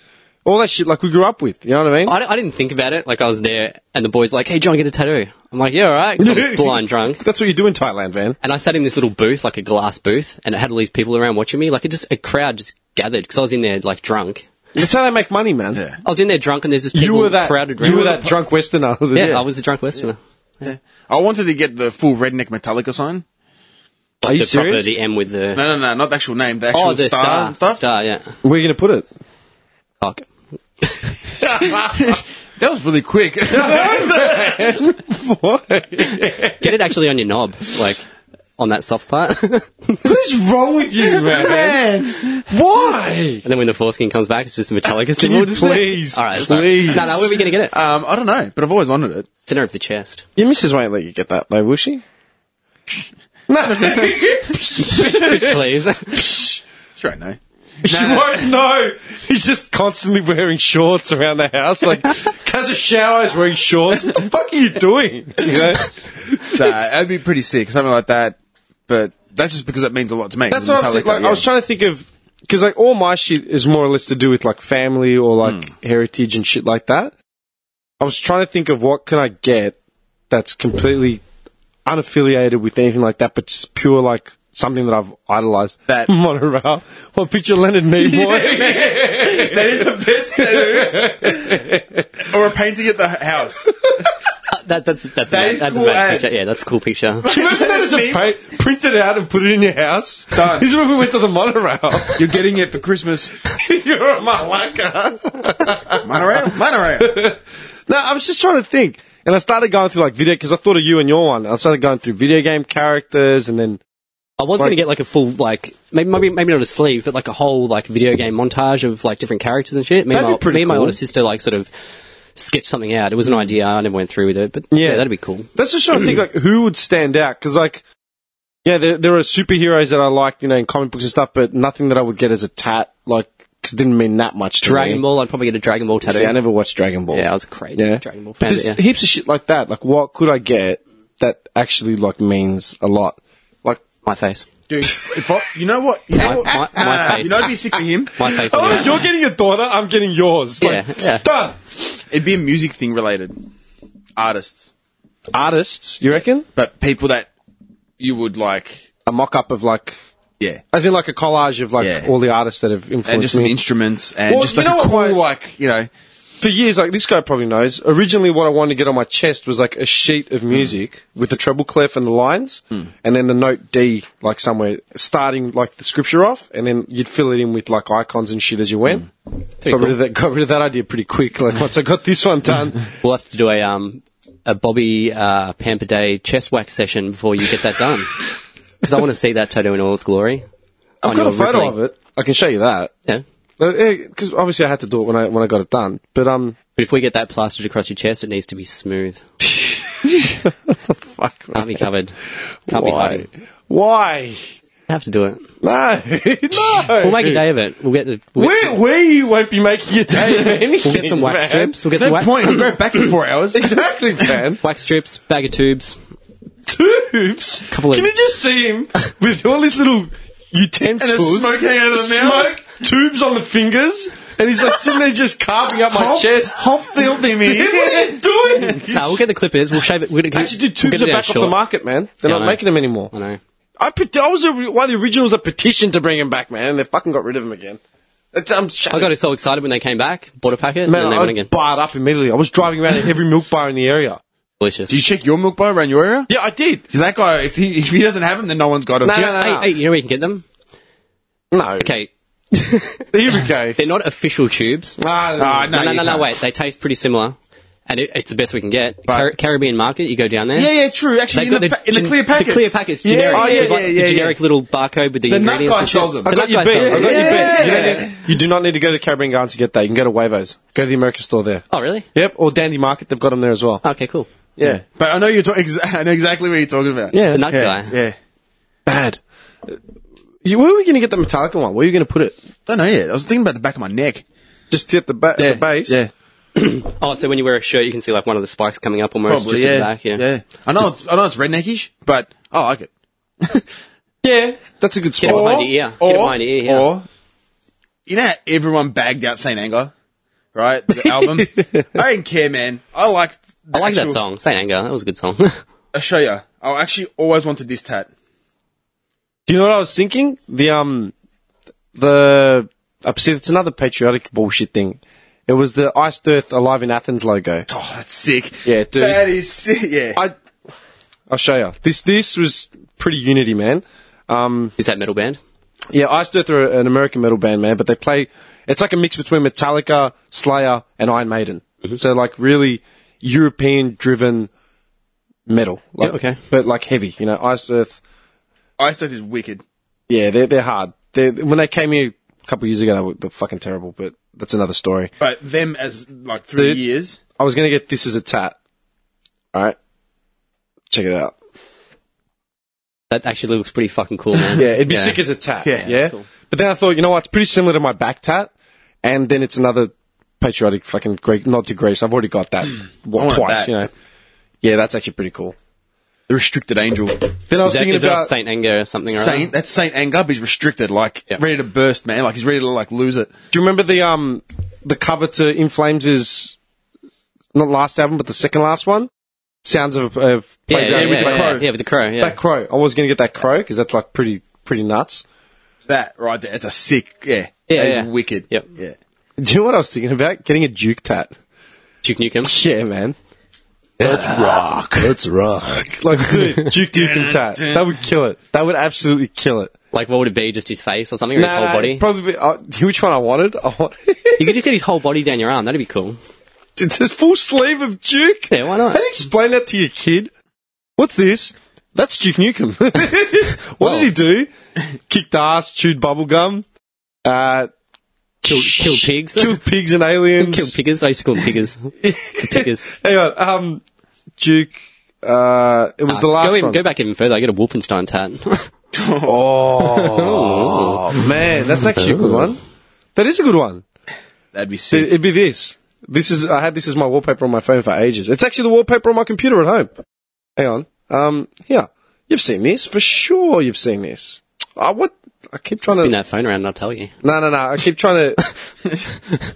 Speaker 1: all that shit like we grew up with. You know what I mean?
Speaker 3: I, I didn't think about it. Like, I was there, and the boy's like, hey, John, get a tattoo. I'm like, yeah, all right, 'cause I'm blind drunk.
Speaker 1: that's what you do in Thailand, man.
Speaker 3: And I sat in this little booth, like a glass booth, and it had all these people around watching me. Like, it just, a crowd just gathered, because I was in there, like, drunk.
Speaker 1: That's how they make money, man.
Speaker 2: Yeah.
Speaker 3: I was in there drunk, and there's just people
Speaker 1: You were that
Speaker 3: crowded
Speaker 1: you
Speaker 3: around.
Speaker 1: were that drunk Westerner.
Speaker 3: yeah, I was the drunk Westerner.
Speaker 2: I wanted to get the full redneck Metallica sign.
Speaker 1: Are you
Speaker 3: the proper-
Speaker 1: serious?
Speaker 3: the M with the...
Speaker 2: No, no, no, not the actual name, the actual
Speaker 3: Oh, the
Speaker 2: star,
Speaker 3: star.
Speaker 2: and stuff.
Speaker 3: Star, yeah.
Speaker 1: Where are you gonna put it?
Speaker 3: Fuck.
Speaker 2: That was really quick.
Speaker 1: what
Speaker 3: Get it actually on your knob, like, on that soft part. and
Speaker 1: is wrong with you, man? Why?
Speaker 3: then when the foreskin comes back, it's just a Metallica symbol.
Speaker 1: you
Speaker 3: just there.
Speaker 1: please,
Speaker 3: All right, sorry.
Speaker 1: please.
Speaker 3: No, no, where are we going to get it?
Speaker 2: um, I don't know, but I've always wanted it.
Speaker 3: Center of the chest.
Speaker 1: Your missus won't let you get that though, will she?
Speaker 3: Please.
Speaker 2: Sure, I know.
Speaker 1: She won't know. He's just constantly wearing shorts around the house. Like, has a shower, he's wearing shorts. What the fuck are you doing? You know?
Speaker 2: So that'd be pretty sick, something like that. But that's just because it means a lot to me.
Speaker 1: That's what I'm saying. Like, I was trying to think of because like all my shit is more or less to do with like family or like heritage and shit like that. I was trying to think of what can I get that's completely unaffiliated with anything like that, but just pure like something that I've idolized.
Speaker 2: That-
Speaker 1: monorail. Well, picture Leonard Nimoy.
Speaker 2: that is the best thing. or a painting at the house.
Speaker 3: That, that's that's
Speaker 2: That
Speaker 3: a,
Speaker 2: is
Speaker 3: that's
Speaker 2: cool
Speaker 3: a bad
Speaker 2: ad.
Speaker 3: picture. Yeah, that's a cool picture.
Speaker 1: Remember that as a pa- print it out and put it in your house.
Speaker 2: Done.
Speaker 1: This is when we went to the monorail.
Speaker 2: You're getting it for Christmas.
Speaker 1: You're a malaka.
Speaker 2: Monorail? Monorail.
Speaker 1: No, I was just trying to think, and I started going through like video because I thought of you and your one. I started going through video game characters, and then
Speaker 3: I was going to get like a full like maybe maybe maybe not a sleeve, but like a whole like video game montage of like different characters and shit. Me, and
Speaker 1: That'd be
Speaker 3: my,
Speaker 1: pretty
Speaker 3: me and my
Speaker 1: cool. Mm.
Speaker 3: older sister like sort of sketched something out. It was an idea. I never went through with it, but yeah, that'd be cool.
Speaker 1: That's just trying to think like who would stand out because like. Yeah, there, there are superheroes that I liked, you know, in comic books and stuff, but nothing that I would get as a tat, like, because it didn't mean that much to
Speaker 3: Dragon
Speaker 1: me.
Speaker 3: Ball. I'd probably get a Dragon Ball tattoo.
Speaker 1: See, I never watched Dragon Ball.
Speaker 3: yeah, I was crazy
Speaker 1: Yeah.
Speaker 3: Dragon Ball
Speaker 1: But
Speaker 3: fan.
Speaker 1: there's
Speaker 3: but yeah.
Speaker 1: heaps of shit like that. Like, what could I get that actually, like, means a lot? Like,
Speaker 3: My face.
Speaker 2: Dude, if I, you know what? You know
Speaker 3: My,
Speaker 2: what?
Speaker 3: my,
Speaker 2: No, no,
Speaker 3: my
Speaker 2: no,
Speaker 3: face.
Speaker 2: You know what'd be sick for him?
Speaker 3: my face.
Speaker 1: Oh,
Speaker 3: on that.
Speaker 1: you're getting your daughter, I'm getting yours. Like,
Speaker 3: Yeah, yeah.
Speaker 1: Done.
Speaker 2: It'd be a music thing related. Artists.
Speaker 1: Artists, you reckon?
Speaker 2: But people that you would like.
Speaker 1: A mock up of like,
Speaker 2: Yeah.
Speaker 1: as in like a collage of like
Speaker 2: Yeah.
Speaker 1: all the artists that have
Speaker 2: And just
Speaker 1: influenced
Speaker 2: some
Speaker 1: me.
Speaker 2: instruments and
Speaker 1: Well,
Speaker 2: just
Speaker 1: you
Speaker 2: like a
Speaker 1: know
Speaker 2: cool,
Speaker 1: what, like-
Speaker 2: like, you know.
Speaker 1: For years, like this guy probably knows. Originally, what I wanted to get on my chest was like a sheet of music with the treble clef and the lines, and then the note D, like somewhere starting like the scripture off, and then you'd fill it in with like icons and shit as you went.
Speaker 3: Hmm.
Speaker 1: Got rid of that. Got rid of that idea pretty quick. Like once I got this one done,
Speaker 3: We'll have to do a um a Bobby uh, Pamper Day chest wax session before you get that done, because I want to see that tattoo in all its glory.
Speaker 1: I've got a photo of it. I can show you that.
Speaker 3: Yeah.
Speaker 1: Because obviously I had to do it when I when I got it done. But um,
Speaker 3: But if we get that plastered across your chest, it needs to be smooth.
Speaker 1: fuck.
Speaker 3: Can't be covered. Can't be
Speaker 1: Why?
Speaker 3: hidden.
Speaker 1: Why?
Speaker 3: Have to do it.
Speaker 1: No, no.
Speaker 3: We'll make a day of it. We'll get the we'll
Speaker 1: We,
Speaker 3: get, some,
Speaker 1: we won't be making a day of anything.
Speaker 3: we'll get some wax
Speaker 1: man.
Speaker 3: strips. We'll get
Speaker 2: There's
Speaker 3: some
Speaker 2: no
Speaker 3: wa-
Speaker 2: point. We'll go back in four hours.
Speaker 1: Exactly, man.
Speaker 3: wax strips, bag of tubes.
Speaker 1: Tubes.
Speaker 3: Couple of-
Speaker 1: Can you just see him with all his little utensils?
Speaker 2: And there's smoke hanging out of the mouth.
Speaker 1: Smoke, tubes on the fingers, and he's like sitting there just carving up my
Speaker 2: Hop-
Speaker 1: chest.
Speaker 2: Hop filthy
Speaker 1: What
Speaker 2: me.
Speaker 1: are you doing?
Speaker 3: No, we'll get the clippers. We'll shave it. We'll get,
Speaker 1: Actually, dude, tubes
Speaker 3: we'll get it
Speaker 1: are
Speaker 3: out
Speaker 1: back off the
Speaker 3: short.
Speaker 1: market, man. They're
Speaker 3: Yeah, I
Speaker 1: not
Speaker 3: know.
Speaker 1: making them anymore.
Speaker 3: I know.
Speaker 1: I, pet- I was a, re- one of the originals that petitioned to bring him back, man, and they fucking got rid of him again. That's, I'm
Speaker 3: I got so excited when they came back, bought a packet,
Speaker 1: Man,
Speaker 3: and then they
Speaker 1: I
Speaker 3: went again.
Speaker 1: was barred up immediately. I was driving around at every milk bar in the area.
Speaker 3: Delicious.
Speaker 2: Do you check your milk bar around your area?
Speaker 1: Yeah, I did.
Speaker 2: Because that guy, if he if he doesn't have him, then no one's got him.
Speaker 1: No,
Speaker 2: Do you-
Speaker 1: no, no.
Speaker 3: hey, hey, you know where you can get them?
Speaker 1: No.
Speaker 3: Okay,
Speaker 1: Here we go.
Speaker 3: they're not official tubes.
Speaker 1: Ah,
Speaker 2: Ah,
Speaker 1: no.
Speaker 3: No, no,
Speaker 2: you
Speaker 3: no, no,
Speaker 2: can't.
Speaker 3: wait. They taste pretty similar, and it, it's the best we can get. Car- Caribbean market, you go down there.
Speaker 2: Yeah, yeah, true. Actually,
Speaker 3: They've
Speaker 2: in the,
Speaker 3: got
Speaker 2: pa- in the
Speaker 3: gen-
Speaker 2: clear packets.
Speaker 3: The clear packets,
Speaker 2: Yeah,
Speaker 3: generic.
Speaker 2: oh, yeah,
Speaker 3: They've got
Speaker 2: yeah,
Speaker 3: the
Speaker 2: yeah,
Speaker 3: generic
Speaker 2: yeah.
Speaker 3: little barcode with the,
Speaker 2: The nut
Speaker 3: ingredients.
Speaker 2: guy
Speaker 3: and shit.
Speaker 2: sells them.
Speaker 3: The
Speaker 1: I
Speaker 3: nut
Speaker 1: got your
Speaker 3: guy
Speaker 1: beat.
Speaker 3: sells
Speaker 1: I
Speaker 3: them.
Speaker 1: got your
Speaker 2: Yeah.
Speaker 1: beat. You, don't need- you do not need to go to Caribbean Gardens to get that. You can go to Wavo's. Go to the American store there.
Speaker 3: Oh, really?
Speaker 1: Yep, or Dandy Market. They've got them there as well.
Speaker 3: Okay, cool.
Speaker 1: Yeah.
Speaker 2: But I know you're. Ta- exa- I know exactly what you're talking about.
Speaker 1: Yeah.
Speaker 3: The nut
Speaker 2: yeah,
Speaker 3: guy.
Speaker 2: yeah.
Speaker 1: Bad. You, where were we going to get the Metallica one? Where are you going to put it?
Speaker 2: Don't know yet. I was thinking about the back of my neck.
Speaker 1: Just tip the, ba- the base?
Speaker 2: Yeah.
Speaker 3: Oh, so when you wear a shirt, you can see like one of the spikes coming up almost
Speaker 2: Probably.
Speaker 3: just
Speaker 2: yeah.
Speaker 3: at the back. Yeah.
Speaker 2: I know it's I know it's redneckish, but oh, I like it.
Speaker 3: Yeah.
Speaker 1: That's a good
Speaker 3: Get it
Speaker 1: spot.
Speaker 3: behind your ear. Get it behind your ear. Yeah.
Speaker 2: or you know how everyone bagged out Saint Anger, right? The album. I didn't care, man. I like.
Speaker 3: I like that song, Saint Anger. That was a good song.
Speaker 2: I show you. I actually always wanted this tat.
Speaker 1: Do you know what I was thinking? The um, the I see it's another patriotic bullshit thing. It was the Iced Earth Alive in Athens logo.
Speaker 2: Oh, that's sick.
Speaker 1: Yeah, dude.
Speaker 2: That is sick. Yeah.
Speaker 1: I, I'll show you. This this was pretty unity, man.
Speaker 3: Is that metal band?
Speaker 1: Yeah, Iced Earth are an American metal band, man, but they play. It's like a mix between Metallica, Slayer, and Iron Maiden.
Speaker 3: Mm-hmm.
Speaker 1: So like really European driven metal. Like,
Speaker 3: Yeah, okay.
Speaker 1: But like heavy, you know. Iced Earth.
Speaker 2: Ice Earth is wicked.
Speaker 1: Yeah, they're they're hard. They're, when they came here a couple of years ago, they were, they were fucking terrible. But that's another story.
Speaker 2: But them as like three
Speaker 1: Dude.
Speaker 2: years.
Speaker 1: I was gonna get this as a tat. All right, check it out.
Speaker 3: That actually looks pretty fucking cool, man.
Speaker 1: Yeah, it'd be sick as a tat.
Speaker 2: Yeah.
Speaker 1: Yeah,
Speaker 2: That's
Speaker 1: But then I thought, you know what? It's pretty similar to my back tat, and then it's another patriotic fucking Greek nod to Greece. I've already got that
Speaker 2: I
Speaker 1: what,
Speaker 2: want
Speaker 1: twice.
Speaker 2: that.
Speaker 1: You know. Yeah, that's actually pretty cool.
Speaker 2: The restricted angel.
Speaker 1: Then I was
Speaker 3: Is that,
Speaker 1: thinking
Speaker 3: is that
Speaker 1: about
Speaker 3: Saint Anger or something? or other?
Speaker 2: Saint. That's Saint Anger. But he's restricted. Like
Speaker 3: Yeah.
Speaker 2: ready to burst, man. Like he's ready to like lose it.
Speaker 1: Do you remember the um the cover to In Flames is not last album, but the second last one? Sounds of, of
Speaker 3: Yeah, yeah,
Speaker 1: Playground with
Speaker 3: yeah, yeah,
Speaker 1: the Crow.
Speaker 3: yeah, yeah, with the crow. Yeah.
Speaker 1: That crow. I was gonna get that crow because that's like pretty pretty nuts.
Speaker 2: That right there. That's a sick. Yeah.
Speaker 3: Yeah,
Speaker 2: That is
Speaker 3: yeah.
Speaker 2: wicked.
Speaker 3: Yep.
Speaker 2: Yeah.
Speaker 1: Do you know what I was thinking about? Getting a Duke tat.
Speaker 3: Duke Nukem.
Speaker 1: Yeah, man.
Speaker 3: That's
Speaker 1: rock. Let's rock. Like, dude, Duke Nukem tat. That would kill it. That would absolutely kill it.
Speaker 3: Like, what would it be? Just his face or something, or his
Speaker 1: Nah,
Speaker 3: whole body?
Speaker 1: Probably. be- Uh, which one I wanted? I want-
Speaker 3: you could just get his whole body down your arm. That'd be cool.
Speaker 1: Dude, this full sleeve of Duke.
Speaker 3: Yeah, why not?
Speaker 1: How do you explain that to your kid? What's this? That's Duke Nukem. what
Speaker 3: Well-
Speaker 1: did he do? Kicked ass, chewed bubblegum, uh,
Speaker 3: Kill, kill pigs.
Speaker 1: killed pigs and aliens.
Speaker 3: Kill piggers. I used to call them piggers. The piggers.
Speaker 1: Hang on, um, Duke, uh, it was the last
Speaker 3: go, even,
Speaker 1: one.
Speaker 3: go back even further. I get a Wolfenstein tat.
Speaker 1: Oh, man, that's actually a good one. That is a good one.
Speaker 2: That'd be sick.
Speaker 1: It'd be this. This is, I had this as my wallpaper on my phone for ages. It's actually the wallpaper on my computer at home. Hang on. Um, here. You've seen this. For sure you've seen this. Ah, what? I keep trying
Speaker 3: Spin
Speaker 1: to.
Speaker 3: that phone around and I'll tell you.
Speaker 1: No, no, no. I keep trying to.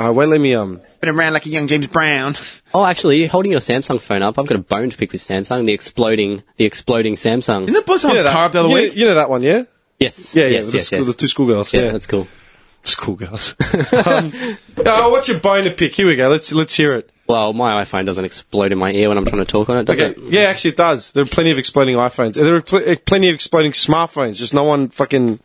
Speaker 1: I won't let me, um.
Speaker 2: Been around like a young James Brown.
Speaker 3: Oh, actually, you're holding your Samsung phone up. I've got a bone to pick with Samsung. The exploding, the exploding Samsung.
Speaker 2: Didn't it blow someone's car up the other
Speaker 1: you,
Speaker 2: week?
Speaker 1: you know that one, yeah?
Speaker 3: Yes.
Speaker 1: Yeah, yeah.
Speaker 3: Yes.
Speaker 1: the,
Speaker 3: yes.
Speaker 1: school,
Speaker 3: yes.
Speaker 1: the two schoolgirls.
Speaker 3: yeah,
Speaker 1: Yeah,
Speaker 3: that's cool.
Speaker 1: schoolgirls. um, oh, what's your bone to pick? Here we go. Let's, let's hear it.
Speaker 3: Well, my iPhone doesn't explode in my ear when I'm trying to talk on it, does
Speaker 1: Okay.
Speaker 3: it?
Speaker 1: Yeah, actually, it does. There are plenty of exploding iPhones. There are pl- eh, plenty of exploding smartphones. Just no one fucking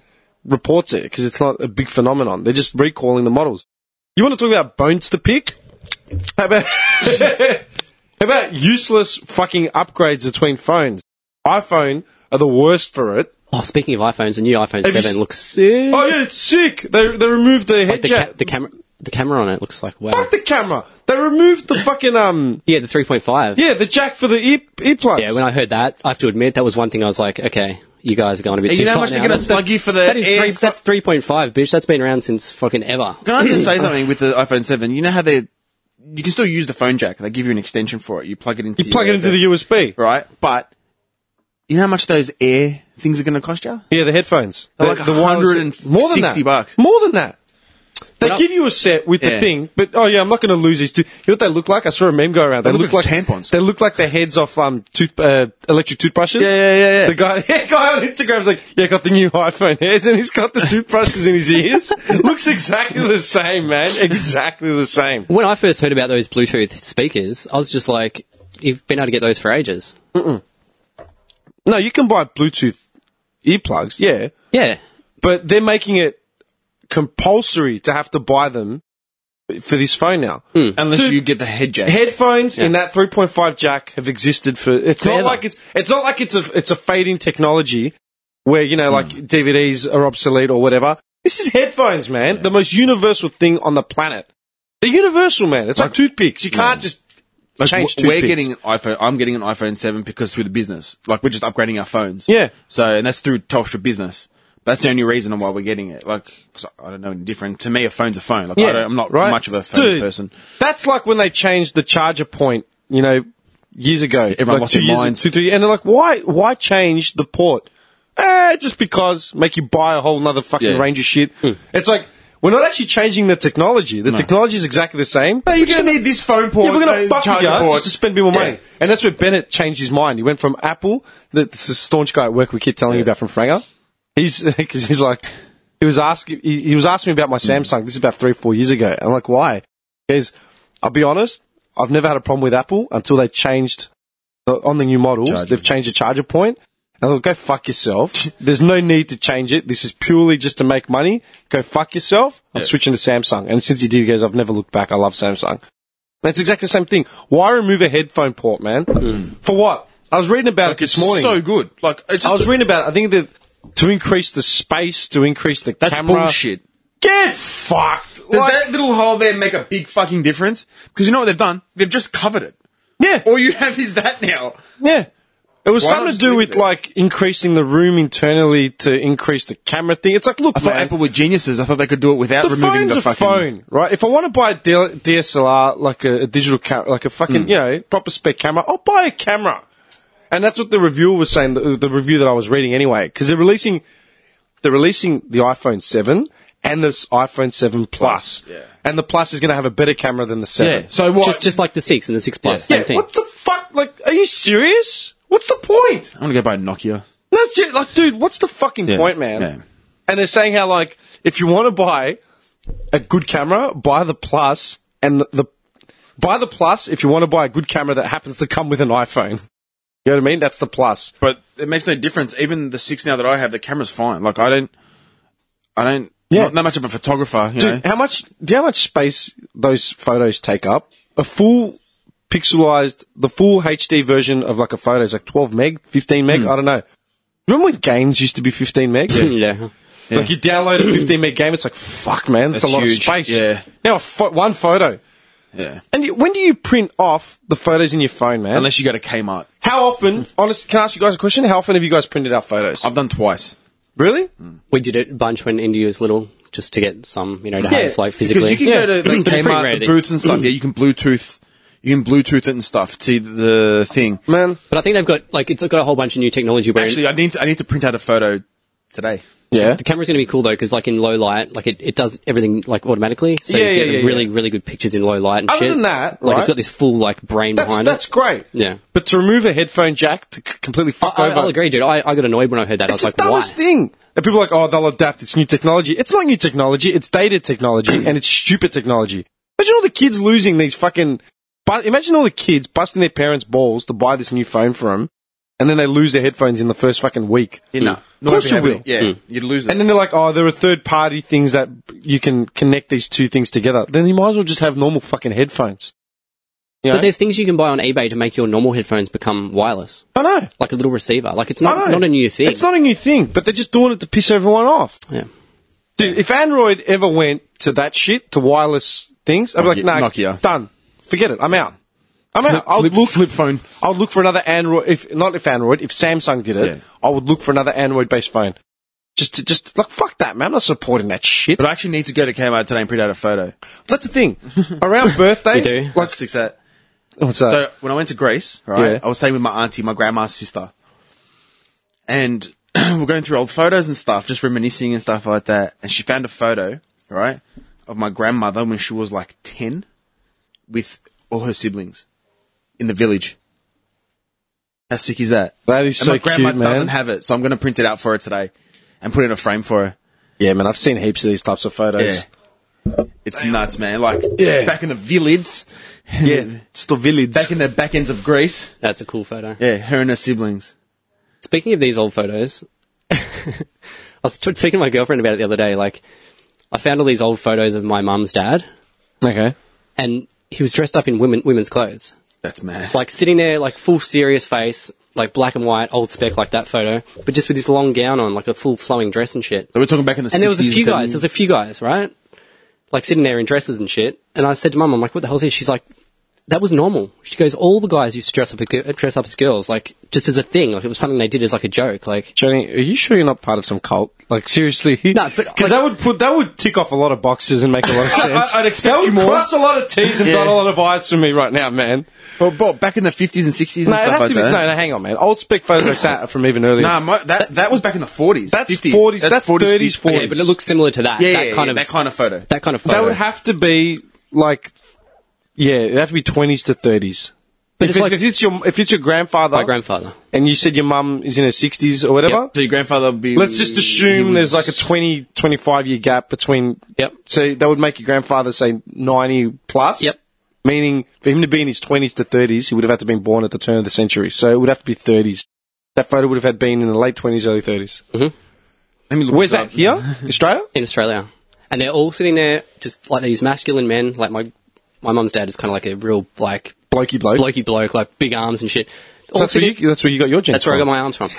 Speaker 1: reports it because it's not a big phenomenon. They're just recalling the models. You want to talk about bones to pick? How about how about useless fucking upgrades between phones? iPhone are the worst for it.
Speaker 3: Oh, speaking of iPhones, the new iPhone
Speaker 1: you
Speaker 3: 7
Speaker 1: s-
Speaker 3: looks sick.
Speaker 1: Oh yeah, it's sick. They they removed the head
Speaker 3: the,
Speaker 1: jack.
Speaker 3: ca- the camera, the camera on it looks like wow.
Speaker 1: Fuck the camera. They removed the fucking um
Speaker 3: Yeah, the 3.5.
Speaker 1: yeah the jack for the E, ear earplugs.
Speaker 3: Yeah, when I heard that, I have to admit that was one thing I was like, okay, you guys are going a bit
Speaker 2: You
Speaker 3: too
Speaker 2: know how
Speaker 3: far
Speaker 2: much
Speaker 3: now.
Speaker 2: they're going to
Speaker 3: That's-
Speaker 2: slug you for the
Speaker 3: that is
Speaker 2: air
Speaker 3: three, that's 3.5, bitch. That's been around since fucking ever.
Speaker 2: Can I just say something with the iPhone 7? You know how they, you can still use the phone jack. They give you an extension for it. You plug it into
Speaker 1: you plug it into the USB.
Speaker 2: right? But you know how much those air things are going to cost you?
Speaker 1: Yeah, the headphones.
Speaker 2: They're
Speaker 1: the,
Speaker 2: like
Speaker 1: the ones-
Speaker 2: 160
Speaker 1: more than that.
Speaker 2: bucks.
Speaker 1: More than that. They
Speaker 3: Well,
Speaker 1: give you a set with
Speaker 2: Yeah.
Speaker 1: the thing, but oh yeah, I'm not going to lose these two. You know what they look like? I saw a meme go around. They,
Speaker 2: They
Speaker 1: look,
Speaker 2: look like
Speaker 1: like
Speaker 2: tampons.
Speaker 1: They look like the heads off um tooth, uh, electric toothbrushes.
Speaker 2: Yeah, yeah, yeah, yeah.
Speaker 1: The guy, guy on Instagram's like, yeah, got the new iPhone heads, and he's got the toothbrushes in his ears. Looks exactly the same, man. Exactly the same.
Speaker 3: When I first heard about those Bluetooth speakers, I was just like, you've been able to get those for ages.
Speaker 1: No, you can buy Bluetooth earplugs, yeah,
Speaker 3: Yeah.
Speaker 1: but they're making it compulsory to have to buy them for this phone now.
Speaker 2: Unless you get the head jack.
Speaker 1: headphones in that 3.5 jack have existed for it's
Speaker 3: Forever.
Speaker 1: not like it's it's not like it's a it's a fading technology where you know
Speaker 2: Hmm.
Speaker 1: like DVDs are obsolete or whatever. This is headphones, man. The most universal thing on the planet. They're universal, man. It's like, toothpicks. You can't just
Speaker 2: Like,
Speaker 1: change
Speaker 2: w- we're
Speaker 1: toothpicks.
Speaker 2: getting an iPhone. I'm getting an iPhone 7 because through the business, like we're just upgrading our phones.
Speaker 1: Yeah.
Speaker 2: So, and that's through Telstra Business. That's the only reason why we're getting it. Like, 'cause I- I don't know, any different. To me, a phone's a phone. Like, I don't, I'm not
Speaker 1: right?
Speaker 2: much of a phone
Speaker 1: Dude,
Speaker 2: person.
Speaker 1: That's like when they changed the charger point, you know, years ago.
Speaker 2: everyone
Speaker 1: like
Speaker 2: lost
Speaker 1: two
Speaker 2: their
Speaker 1: years,
Speaker 2: mind.
Speaker 1: Two, three, and they're like, why, why change the port? Eh, just because make you buy a whole nother fucking
Speaker 2: Yeah.
Speaker 1: range of shit. It's like, we're not actually changing the technology. The technology is exactly the same.
Speaker 2: But you're going to need this phone port.
Speaker 1: Yeah, we're going to fuck you up just to spend more money.
Speaker 2: Yeah.
Speaker 1: And that's where Bennett changed his mind. He went from Apple, the, this is a staunch guy at work we keep telling you about from Franger. He's, because he's like, he was asking, he, he was asking me about my Samsung. This is about three, four years ago. I'm like, why? Because I'll be honest, I've never had a problem with Apple until they changed the, on the new models.
Speaker 2: Charger.
Speaker 1: They've changed the charger point. And I thought, go fuck yourself. There's no need to change it. This is purely just to make money. Go fuck yourself. I'm switching to Samsung. And since you do, guys, I've never looked back. I love Samsung. That's exactly the same thing. Why remove a headphone port, man? For what? I was reading about it this morning.
Speaker 2: Hmm. so good. Like, it's
Speaker 1: I
Speaker 2: just-
Speaker 1: was reading about it. I think that to increase the space, to increase the
Speaker 2: that's
Speaker 1: camera.
Speaker 2: bullshit.
Speaker 1: Get fucked.
Speaker 2: Does
Speaker 1: Like-
Speaker 2: that little hole there make a big fucking difference? Because you know what they've done? They've just covered it.
Speaker 1: yeah.
Speaker 2: All you have is that now.
Speaker 1: Yeah. It was
Speaker 2: Why
Speaker 1: something
Speaker 2: not
Speaker 1: to
Speaker 2: stick
Speaker 1: do with
Speaker 2: there?
Speaker 1: like increasing the room internally to increase the camera thing. It's like, look,
Speaker 2: I thought
Speaker 1: man,
Speaker 2: Apple were geniuses. I thought they could do it without
Speaker 1: the
Speaker 2: removing
Speaker 1: phone's
Speaker 2: the
Speaker 1: a
Speaker 2: fucking
Speaker 1: phone, right? If I want to buy a D- DSLR, like a, a digital camera, like a fucking,
Speaker 2: Hmm.
Speaker 1: you know, proper spec camera, I'll buy a camera. And that's what the reviewer was saying, the, the review that I was reading anyway, because they're releasing, they're releasing the iPhone 7 and this iPhone 7 Plus.
Speaker 2: Plus, yeah.
Speaker 1: And the Plus is going to have a better camera than the 7.
Speaker 2: Yeah. So what?
Speaker 3: Just, just like the six and the six plus, same
Speaker 1: yeah,
Speaker 3: thing.
Speaker 1: what the fuck? Like, are you serious? What's the point?
Speaker 2: I'm gonna go buy a Nokia.
Speaker 1: That's it. Like, dude, what's the fucking
Speaker 2: Yeah,
Speaker 1: point, man?
Speaker 2: yeah.
Speaker 1: And they're saying how, like, if you want to buy a good camera, buy the Plus, and the, the buy the Plus if you want to buy a good camera that happens to come with an iPhone. You know what I mean? That's the Plus.
Speaker 2: But it makes no difference. Even the six now that I have, the camera's fine. Like I don't, I don't.
Speaker 1: Yeah.
Speaker 2: Not, not much of a photographer. You
Speaker 1: Dude,
Speaker 2: know?
Speaker 1: how much? Do you know how much space those photos take up? A full pixelized, the full HD version of like a photo is like 12 meg, 15 meg.
Speaker 2: Hmm.
Speaker 1: I don't know. Remember when games used to be 15 meg?
Speaker 3: yeah.
Speaker 1: Like you download a 15 meg game, it's like fuck, man, that's,
Speaker 2: That's
Speaker 1: a lot
Speaker 2: huge.
Speaker 1: of space.
Speaker 2: Yeah.
Speaker 1: Now a pho- one photo,
Speaker 2: Yeah.
Speaker 1: and you, when do you print off the photos in your phone, man?
Speaker 2: Unless you go to Kmart,
Speaker 1: How often? honest, can I ask you guys a question? How often have you guys printed out photos?
Speaker 3: Um,
Speaker 1: Mm.
Speaker 2: I've done twice.
Speaker 1: really?
Speaker 3: We did it a bunch when India was little, just to get some, you know, to
Speaker 1: Yeah,
Speaker 3: have like
Speaker 2: Because
Speaker 3: physically.
Speaker 2: you can
Speaker 1: Yeah.
Speaker 2: go to like,
Speaker 3: But it's pretty rare
Speaker 2: Kmart, the
Speaker 3: that-
Speaker 2: booths and stuff. yeah, you can Bluetooth, you can Bluetooth it and stuff to the thing.
Speaker 1: Man,
Speaker 3: But I think they've got like it's got a whole bunch of new technology where
Speaker 2: Actually, I need to, I need to print out a photo today.
Speaker 1: yeah.
Speaker 3: the camera's going to be cool though because like in low light, like it, it does everything like automatically, so
Speaker 1: Yeah,
Speaker 3: you get
Speaker 1: yeah, yeah,
Speaker 3: really really good pictures in low light and
Speaker 1: Other
Speaker 3: shit.
Speaker 1: than that,
Speaker 3: like
Speaker 1: right?
Speaker 3: it's got this full like brain
Speaker 1: That's
Speaker 3: behind
Speaker 1: that's
Speaker 3: it.
Speaker 1: great.
Speaker 3: Yeah.
Speaker 1: But to remove a headphone jack to c- completely fuck
Speaker 3: I,
Speaker 1: over.
Speaker 3: I'll agree, dude. I, I got annoyed when I heard that.
Speaker 1: It's
Speaker 3: I
Speaker 1: the
Speaker 3: was like, why?
Speaker 1: dumbest thing. And people are like, oh, they'll adapt. It's new technology. It's not new technology. It's dated technology and it's stupid technology. Imagine all the kids losing these fucking. But imagine all the kids busting their parents' balls to buy this new phone for them, and then they lose their headphones in the first fucking week. of course you will.
Speaker 2: Yeah, you'd lose it.
Speaker 1: And then they're like, oh, there are third party things that you can connect these two things together. Then you might as well just have normal fucking headphones. You know?
Speaker 3: But there's things you can buy on eBay to make your normal headphones become wireless,
Speaker 1: I know.
Speaker 3: like a little receiver. Like it's
Speaker 1: I
Speaker 3: not
Speaker 1: know.
Speaker 3: not a new thing.
Speaker 1: It's not a new thing, but they're just doing it to piss everyone off.
Speaker 3: yeah.
Speaker 1: Dude, if Android ever went to that shit, to wireless things, I'd be like,
Speaker 2: Nokia-
Speaker 1: nah,
Speaker 2: Nokia.
Speaker 1: done. Forget it. I'm out. I'm out. I'll
Speaker 2: flip,
Speaker 1: look.
Speaker 2: flip phone.
Speaker 1: I'll look for another Android. If not, if Android, if Samsung did it,
Speaker 2: Yeah.
Speaker 1: I would look for another Android-based phone. Just, to, just like fuck that, man. I'm not supporting that shit.
Speaker 2: But I actually need to go to Kmart today and print out a photo.
Speaker 1: That's the thing. Around birthdays,
Speaker 3: You do?
Speaker 1: like,
Speaker 2: Six out.
Speaker 1: what's that?
Speaker 2: So when I went to Greece, right,
Speaker 1: Yeah.
Speaker 2: I was staying with my auntie, my grandma's sister, and we're going through old photos and stuff, just reminiscing and stuff like that. And she found a photo, right, of my grandmother when she was like ten, with all her siblings in the village. How sick is that?
Speaker 1: that is
Speaker 2: And
Speaker 1: so
Speaker 2: my grandma
Speaker 1: cute, man.
Speaker 2: doesn't have it, so I'm going to print it out for her today, and put it in a frame for her.
Speaker 1: yeah, man. I've seen heaps of these types of photos.
Speaker 2: Yeah. It's nuts, man. Like
Speaker 1: Yeah.
Speaker 2: back in the village,
Speaker 1: Yeah, it's the village.
Speaker 2: back in the back ends of Greece.
Speaker 3: That's a cool photo.
Speaker 2: Yeah, her and her siblings.
Speaker 3: Speaking of these old photos, I was t- talking to my girlfriend about it the other day. Like, I found all these old photos of my mum's dad,
Speaker 1: okay.
Speaker 3: and he was dressed up in women women's clothes,
Speaker 2: That's mad.
Speaker 3: like sitting there, like full serious face, like black and white, old spec, like that photo, but just with his long gown on, like a full flowing dress and shit.
Speaker 2: So we're talking back in the 60s.
Speaker 3: And there was a few guys. There
Speaker 2: 70s.
Speaker 3: was a few guys, right? Like sitting there in dresses and shit. And I said to mum, I'm like, what the hell is this? She's like, that was normal. She goes, all the guys used to dress up, as- dress up as girls, like just as a thing. Like it was something they did as like a joke. Like
Speaker 1: Jenny, are you sure you're not part of some cult? Like seriously?
Speaker 3: No, but-
Speaker 1: because that would put that would tick off a lot of boxes and make a lot of sense.
Speaker 2: I'd accept
Speaker 1: that would
Speaker 2: you more.
Speaker 1: cross a lot of T's and
Speaker 2: Yeah.
Speaker 1: dot a lot of I's for me right now, man.
Speaker 2: Well, but back in the 50s and 60s and
Speaker 1: No, it'd
Speaker 2: stuff
Speaker 1: have
Speaker 2: like
Speaker 1: to be, no,
Speaker 2: that.
Speaker 1: no, hang on, man. Old spec photos like that are from even earlier.
Speaker 2: Nah, my, that, that was back in the 40s.
Speaker 1: That's
Speaker 2: 50s.
Speaker 1: 40s, that's 30s,
Speaker 2: 50s.
Speaker 3: yeah, but it looks similar to that.
Speaker 2: Yeah,
Speaker 3: that
Speaker 2: yeah,
Speaker 3: kind
Speaker 2: yeah,
Speaker 3: of
Speaker 2: that kind of photo.
Speaker 3: that kind of photo.
Speaker 1: that would have to be like, yeah, it'd have to be twenties to thirties. But if
Speaker 3: it's
Speaker 1: it's,
Speaker 3: like-
Speaker 1: if it's your if it's your grandfather,
Speaker 3: my grandfather.
Speaker 1: and you said your mum is in her sixties or whatever,
Speaker 3: Yep.
Speaker 2: So your grandfather would be.
Speaker 1: let's just assume there's like a 20, 25 year gap between.
Speaker 3: Yep.
Speaker 1: So that would make your grandfather say ninety plus.
Speaker 3: Yep.
Speaker 1: Meaning for him to be in his twenties to thirties, he would have had to been born at the turn of the century. So it would have to be thirties. That photo would have had been in the late twenties, early 30s
Speaker 2: Let me look
Speaker 1: Where's
Speaker 2: this
Speaker 1: that?
Speaker 2: up.
Speaker 1: Here, Australia.
Speaker 3: in Australia, and they're all sitting there just like these masculine men. Like my my mum's dad is kind of like a real like
Speaker 1: Blokey bloke.
Speaker 3: blokey bloke, like big arms and shit. All
Speaker 1: that's, where
Speaker 3: sitting-
Speaker 1: you, that's where you got your genes
Speaker 3: that's where I
Speaker 1: from.
Speaker 3: got my arms from.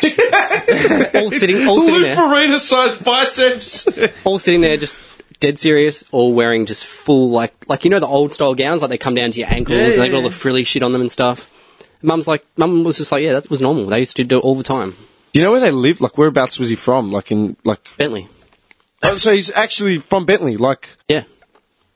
Speaker 3: all sitting, all sitting there,
Speaker 1: sized biceps.
Speaker 3: all sitting there, just dead serious, all wearing just full like like you know the old style gowns, like they come down to your ankles,
Speaker 2: Yeah,
Speaker 3: and they
Speaker 2: yeah,
Speaker 3: got all the
Speaker 2: yeah.
Speaker 3: frilly shit on them and stuff. Mum's like, mum was just like, yeah, that was normal. They used to do it all the time.
Speaker 1: Do you know where they live? Like, whereabouts was he from? Like, in, like,
Speaker 3: Bentley,
Speaker 1: oh, so he's actually from Bentley. Like,
Speaker 3: yeah,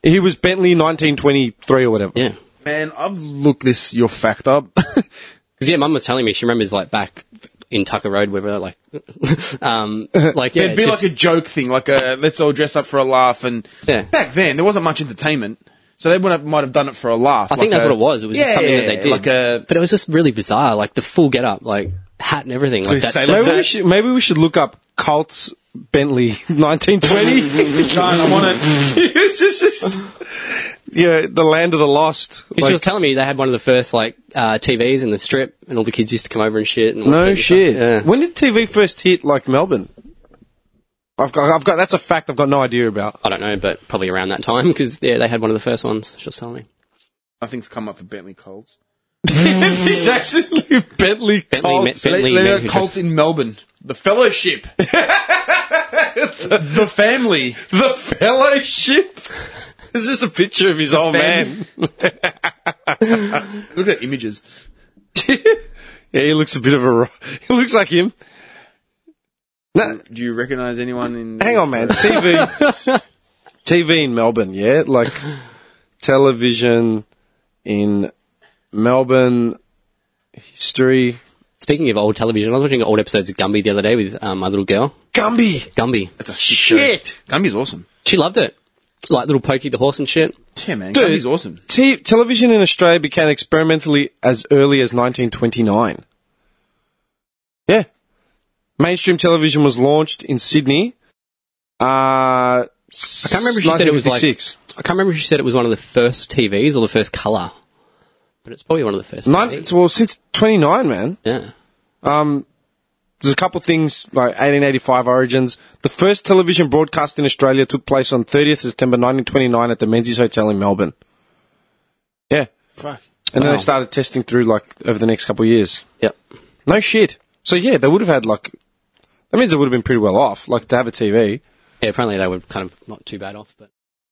Speaker 1: he was Bentley 1923 or whatever.
Speaker 3: yeah.
Speaker 2: Man, I've looked this, your fact up.
Speaker 3: Because yeah, mum was telling me she remembers like back in Tucker Road where we were like, um, like yeah,
Speaker 2: It'd be
Speaker 3: just-
Speaker 2: like a joke thing, like a let's all dress up for a laugh. And
Speaker 3: Yeah.
Speaker 2: back then, there wasn't much entertainment, so they would have, might have done it for a laugh.
Speaker 3: I think
Speaker 2: like
Speaker 3: that's
Speaker 2: a-
Speaker 3: what it was. It was just
Speaker 2: Yeah,
Speaker 3: something
Speaker 2: yeah,
Speaker 3: that they did.
Speaker 2: Like a
Speaker 3: but it was just really bizarre, like the full get up, like hat and everything. Like
Speaker 2: Please
Speaker 3: that,
Speaker 2: say
Speaker 3: that-
Speaker 1: Maybe we
Speaker 2: that-
Speaker 1: should maybe we should look up cults Bentley 1920. John, I want to. yeah, the land of the lost.
Speaker 3: she
Speaker 1: Like,
Speaker 3: was telling me they had one of the first like uh, TVs in the strip, and all the kids used to come over and shit. And all that
Speaker 1: no
Speaker 3: kind of
Speaker 1: shit.
Speaker 3: stuff. Yeah.
Speaker 1: When did TV first hit like Melbourne? I've got, I've got. That's a fact. I've got no idea about.
Speaker 3: I don't know, but probably around that time because yeah, they had one of the first ones. She was telling me
Speaker 2: nothing's come up for Bentley Colts.
Speaker 1: He's actually Bentley
Speaker 3: Bentley,
Speaker 1: cults.
Speaker 3: me- Bentley
Speaker 2: They
Speaker 3: men
Speaker 2: had
Speaker 3: who
Speaker 2: a cult in Melbourne. The Fellowship. the family.
Speaker 1: The Fellowship. Is this a picture of his old man?
Speaker 2: Fam- Look at images.
Speaker 1: Yeah, he looks a bit of a. ro- He looks like him. No,
Speaker 2: Do you recognize anyone in?
Speaker 1: hang on, man. TV, TV in Melbourne. Yeah, like television in Melbourne history.
Speaker 3: Speaking of old television, I was watching old episodes of Gumby the other day with um, my little girl
Speaker 1: Gumby.
Speaker 3: Gumby.
Speaker 2: That's a sick
Speaker 1: Shit.
Speaker 2: Show. Gumby's awesome.
Speaker 3: She loved it, like little Pokey the horse and shit.
Speaker 2: Yeah, man.
Speaker 1: Dude.
Speaker 2: Gumby's awesome.
Speaker 1: T- television in Australia began experimentally as early as 1929. Yeah. Mainstream television was launched in Sydney. Uh, I
Speaker 3: can't remember if she said it was like- I can't remember if she said it was one of the first TVs or the first color, but it's probably one of the first.
Speaker 1: Nine,
Speaker 3: TVs.
Speaker 1: it's- well, since 29, man.
Speaker 3: Yeah.
Speaker 1: Um, there's a couple things like 1885 origins. The first television broadcast in Australia took place on 30th September 1929 at the Menzies Hotel in Melbourne. Yeah.
Speaker 2: Fuck.
Speaker 1: And then
Speaker 3: Wow.
Speaker 1: they started testing through like over the next couple of years.
Speaker 3: Yep.
Speaker 1: No shit. So yeah, they would have had like. That means they would have been pretty well off, like to have a TV.
Speaker 3: Yeah, apparently they were kind of not too bad off, but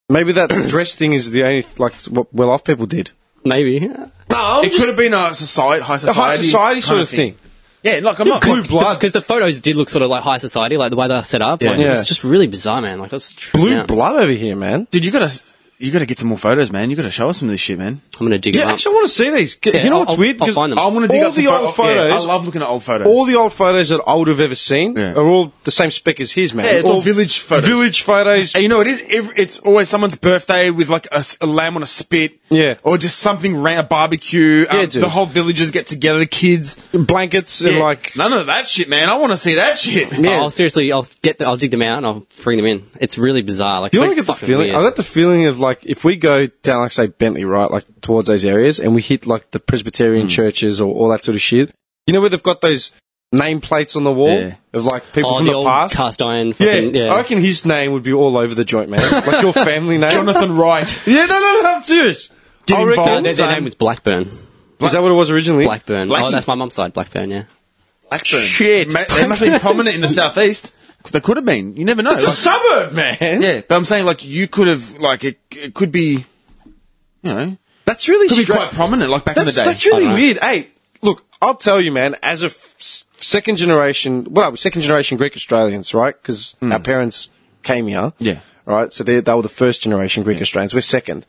Speaker 1: Maybe that dress thing is the only like what well off people did.
Speaker 3: maybe.
Speaker 1: No,
Speaker 2: It could have been a society, high
Speaker 1: the
Speaker 2: society,
Speaker 1: high society
Speaker 2: kind
Speaker 1: sort of thing.
Speaker 2: Yeah, like I'm not.
Speaker 1: Blue blood,
Speaker 3: Because the photos did look sort of like high society, like the way they were set up. Like,
Speaker 1: Yeah.
Speaker 3: It was just really bizarre, man. Like, that's true.
Speaker 1: blue blood over here, man.
Speaker 2: dude, you gotta, you gotta get some more photos, man. You gotta show us some of this shit, man.
Speaker 3: I'm going to dig
Speaker 1: Yeah,
Speaker 3: it up.
Speaker 1: actually, I want to see these. G-
Speaker 3: Yeah,
Speaker 1: you know
Speaker 3: I'll-
Speaker 1: what's
Speaker 3: I'll-
Speaker 1: weird?
Speaker 3: I'll
Speaker 1: Because
Speaker 3: find them.
Speaker 2: I want to dig
Speaker 1: all
Speaker 2: up
Speaker 1: the
Speaker 2: some
Speaker 1: old
Speaker 2: photo- yeah,
Speaker 1: photos.
Speaker 2: I love looking at old photos.
Speaker 1: all the old photos that I would have ever seen
Speaker 2: Yeah.
Speaker 1: are all the same spec as his, man.
Speaker 2: yeah, it's all, village photos.
Speaker 1: village photos.
Speaker 2: And you know, it is. Every, it's always someone's birthday with like a, s- a lamb on a spit.
Speaker 1: Yeah.
Speaker 2: or just something random, a barbecue. Um,
Speaker 1: Yeah, dude.
Speaker 2: the whole villagers get together, the kids.
Speaker 1: blankets and
Speaker 2: Yeah.
Speaker 1: like
Speaker 2: none of that shit, man. I want to see that shit.
Speaker 3: Oh, I'll seriously, I'll get, the, I'll dig them out and I'll bring them in. It's really bizarre. Like,
Speaker 1: Do you
Speaker 3: like
Speaker 1: want to get the
Speaker 3: fucking
Speaker 1: feeling?
Speaker 3: weird.
Speaker 1: I got the feeling of like if we go down, like say Bentley, right, like towards those areas, and we hit like the Presbyterian
Speaker 2: Hmm.
Speaker 1: churches or all that sort of shit. You know where they've got those nameplates on the wall
Speaker 2: Yeah.
Speaker 1: of like people
Speaker 3: oh,
Speaker 1: from
Speaker 3: the,
Speaker 1: the,
Speaker 3: old
Speaker 1: past.
Speaker 3: cast iron.
Speaker 1: yeah,
Speaker 3: Fucking, yeah,
Speaker 1: I reckon his name would be all over the joint, man. Like your family name,
Speaker 2: Jonathan Wright.
Speaker 1: Yeah, no, no, no, I'm serious.
Speaker 2: Get
Speaker 1: I reckon-
Speaker 2: involved,
Speaker 3: No, their, their
Speaker 2: son.
Speaker 3: name was Blackburn.
Speaker 1: Is that what it was originally?
Speaker 3: Blackburn. Oh,
Speaker 2: Blackie.
Speaker 3: that's my mum's side. Blackburn. Yeah.
Speaker 2: Blackburn.
Speaker 1: Shit.
Speaker 2: Ma- they must be prominent in the southeast. They could have been. You never know.
Speaker 1: It's a
Speaker 2: Like-
Speaker 1: suburb, man.
Speaker 2: yeah, but I'm saying like you could have like it. It could be. You know,
Speaker 1: That's really
Speaker 2: Could be
Speaker 1: stra-
Speaker 2: quite prominent, like back in the
Speaker 1: That's,
Speaker 2: day.
Speaker 1: that's really
Speaker 3: I know.
Speaker 1: weird. Hey, look, I'll tell you, man. As a f- s- second generation, well, we're second generation Greek Australians, right? Because our parents came here.
Speaker 2: Hmm. Yeah.
Speaker 1: Right. So they they were the first generation Greek Australians. We're second.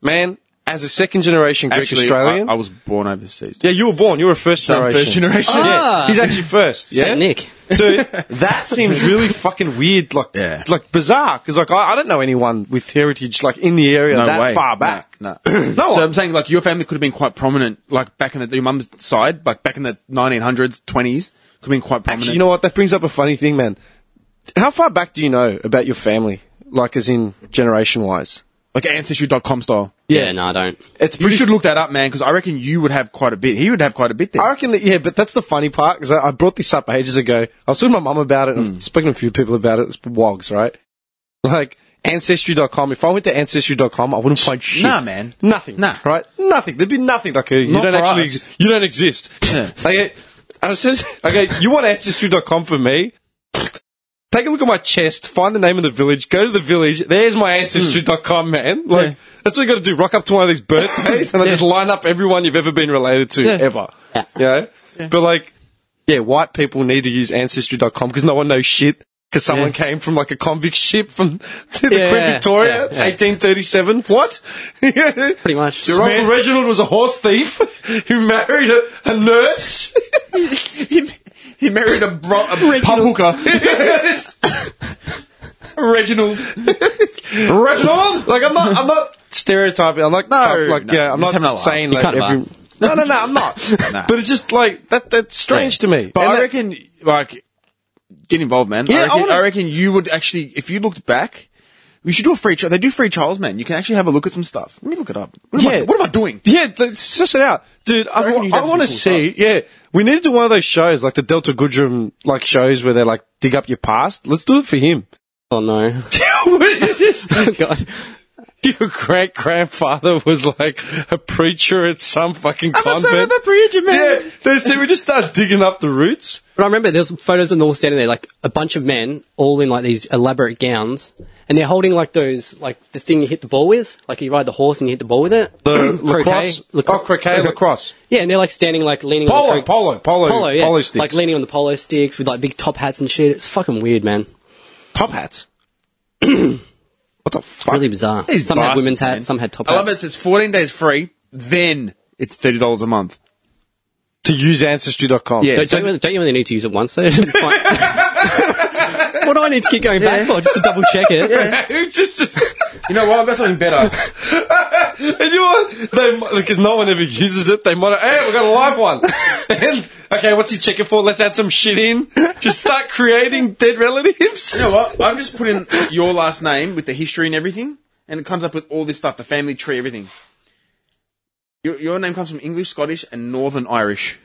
Speaker 1: Man, as a second generation Greek
Speaker 2: Actually,
Speaker 1: Australian.
Speaker 2: I, I was born overseas.
Speaker 1: yeah, you were born. You were a first
Speaker 2: So I'm
Speaker 1: generation.
Speaker 2: first generation.
Speaker 1: Yeah,
Speaker 3: Ah.
Speaker 1: he's actually first. Yeah,
Speaker 3: Saint Nick.
Speaker 1: Dude, that seems really fucking weird. Like,
Speaker 2: Yeah.
Speaker 1: like bizarre. Because like I, I don't know anyone with heritage like in the area
Speaker 2: No
Speaker 1: that
Speaker 2: way.
Speaker 1: far back.
Speaker 2: No.
Speaker 1: No
Speaker 2: so
Speaker 1: one.
Speaker 2: I'm saying like your family could have been quite prominent, like back in the your mum's side, like back in the 1900s, 20s, could have been quite prominent.
Speaker 1: Actually, you know what? That brings up a funny thing, man. How far back do you know about your family? Like, as in generation wise?
Speaker 2: like ancestry.com style.
Speaker 3: Yeah, no, I don't.
Speaker 1: It's
Speaker 2: You
Speaker 1: pretty.
Speaker 2: should look that up, man, because I reckon you would have quite a bit. He would have quite a bit there.
Speaker 1: I reckon that, yeah, but that's the funny part because I, I brought this up ages ago. I was talking to my mum about it and I've spoken to a few people about it. It's wogs, right? Like, ancestry.com. If I went to ancestry.com, I wouldn't find shit.
Speaker 2: Nah, man.
Speaker 1: Nothing.
Speaker 2: Nah.
Speaker 1: Right? Nothing. There'd be nothing. Like, uh, you
Speaker 2: Not
Speaker 1: don't
Speaker 2: for
Speaker 1: actually,
Speaker 2: us.
Speaker 1: you don't exist.
Speaker 2: Yeah.
Speaker 1: okay. And I says, okay, you want ancestry.com for me? Take a look at my chest, find the name of the village, go to the village, there's my ancestry.com, man. Like,
Speaker 2: Yeah.
Speaker 1: that's what you gotta do. Rock up to one of these birthdays and then just line up everyone you've ever been related to, ever.
Speaker 3: Yeah.
Speaker 1: You know? But like, yeah, white people need to use ancestry.com because no one knows shit. Because someone came from like a convict ship from the
Speaker 3: Yeah,
Speaker 1: Queen Victoria,
Speaker 3: yeah, yeah.
Speaker 1: 1837. What? Pretty
Speaker 3: much.
Speaker 1: Your
Speaker 3: Smith.
Speaker 1: uncle Reginald was a horse thief who married a, a nurse.
Speaker 2: he, he married a, bro- a pub hooker. Reginald.
Speaker 1: Reginald? Like I'm not. I'm not stereotyping. I'm like no. like
Speaker 2: no,
Speaker 1: yeah. I'm
Speaker 2: just having a
Speaker 1: not
Speaker 2: laugh.
Speaker 1: saying
Speaker 3: You
Speaker 1: like
Speaker 3: can't
Speaker 1: every.
Speaker 3: laugh.
Speaker 1: No, no, no. I'm not.
Speaker 2: Nah.
Speaker 1: But it's just like that. That's strange to me.
Speaker 2: But
Speaker 1: And
Speaker 2: I
Speaker 1: that-
Speaker 2: reckon, like, get involved, man.
Speaker 1: Yeah, I
Speaker 2: I, reckon,
Speaker 1: wanna-
Speaker 2: I reckon you would actually, if you looked back, we should do a free trial. They do free trials, man. You can actually have a look at some stuff. Let me look it up. What, am,
Speaker 1: Yeah.
Speaker 2: I, what am I doing?
Speaker 1: Yeah, let's suss it out, dude. I,
Speaker 2: reckon you'd have
Speaker 1: want to
Speaker 2: some cool
Speaker 1: see. Yeah, we need to do one of those shows, like the Delta Goodrum like shows where they like dig up your past. Let's do it for him.
Speaker 3: Oh no. Oh, God.
Speaker 1: Your great grandfather was like a preacher at some fucking
Speaker 2: son of
Speaker 1: convent.
Speaker 2: a preacher, man.
Speaker 1: Yeah, they see we just start digging up the roots.
Speaker 3: But I remember there was photos of them all standing there, like a bunch of men, all in like these elaborate gowns, and they're holding like those, like the thing you hit the ball with, like you ride the horse and you hit the ball with it.
Speaker 1: The
Speaker 3: Croquet.
Speaker 1: lacrosse,
Speaker 3: Lacro-
Speaker 1: oh croquet, lacrosse,
Speaker 3: Yeah, and they're like standing, like leaning on
Speaker 1: polo,
Speaker 3: the cro-
Speaker 1: polo, polo,
Speaker 3: polo, yeah,
Speaker 1: polo sticks,
Speaker 3: like leaning on the polo sticks with like big top hats and shit. It's fucking weird, man.
Speaker 1: top hats. what the fuck?
Speaker 3: Really bizarre.
Speaker 2: These
Speaker 3: some had
Speaker 2: bastards,
Speaker 3: women's hats,
Speaker 2: man.
Speaker 3: some had top
Speaker 2: I
Speaker 3: hats.
Speaker 2: love it. It says 14 days free, then it's $30 a month.
Speaker 1: To use ancestry.com.
Speaker 2: Yeah.
Speaker 3: Don't, don't, you really- don't you only need to use it once though? what do I need to keep going back for just to double check it?
Speaker 1: just.
Speaker 2: You know what? I've got something better.
Speaker 1: And you want they because no one ever uses it. They might hey, we got a live one. and okay, what's he checking for? Let's add some shit in. Just start creating dead relatives.
Speaker 2: You know what? I've just put in your last name with the history and everything, and it comes up with all this stuff, the family tree, everything. Your, your name comes from English, Scottish, and Northern Irish.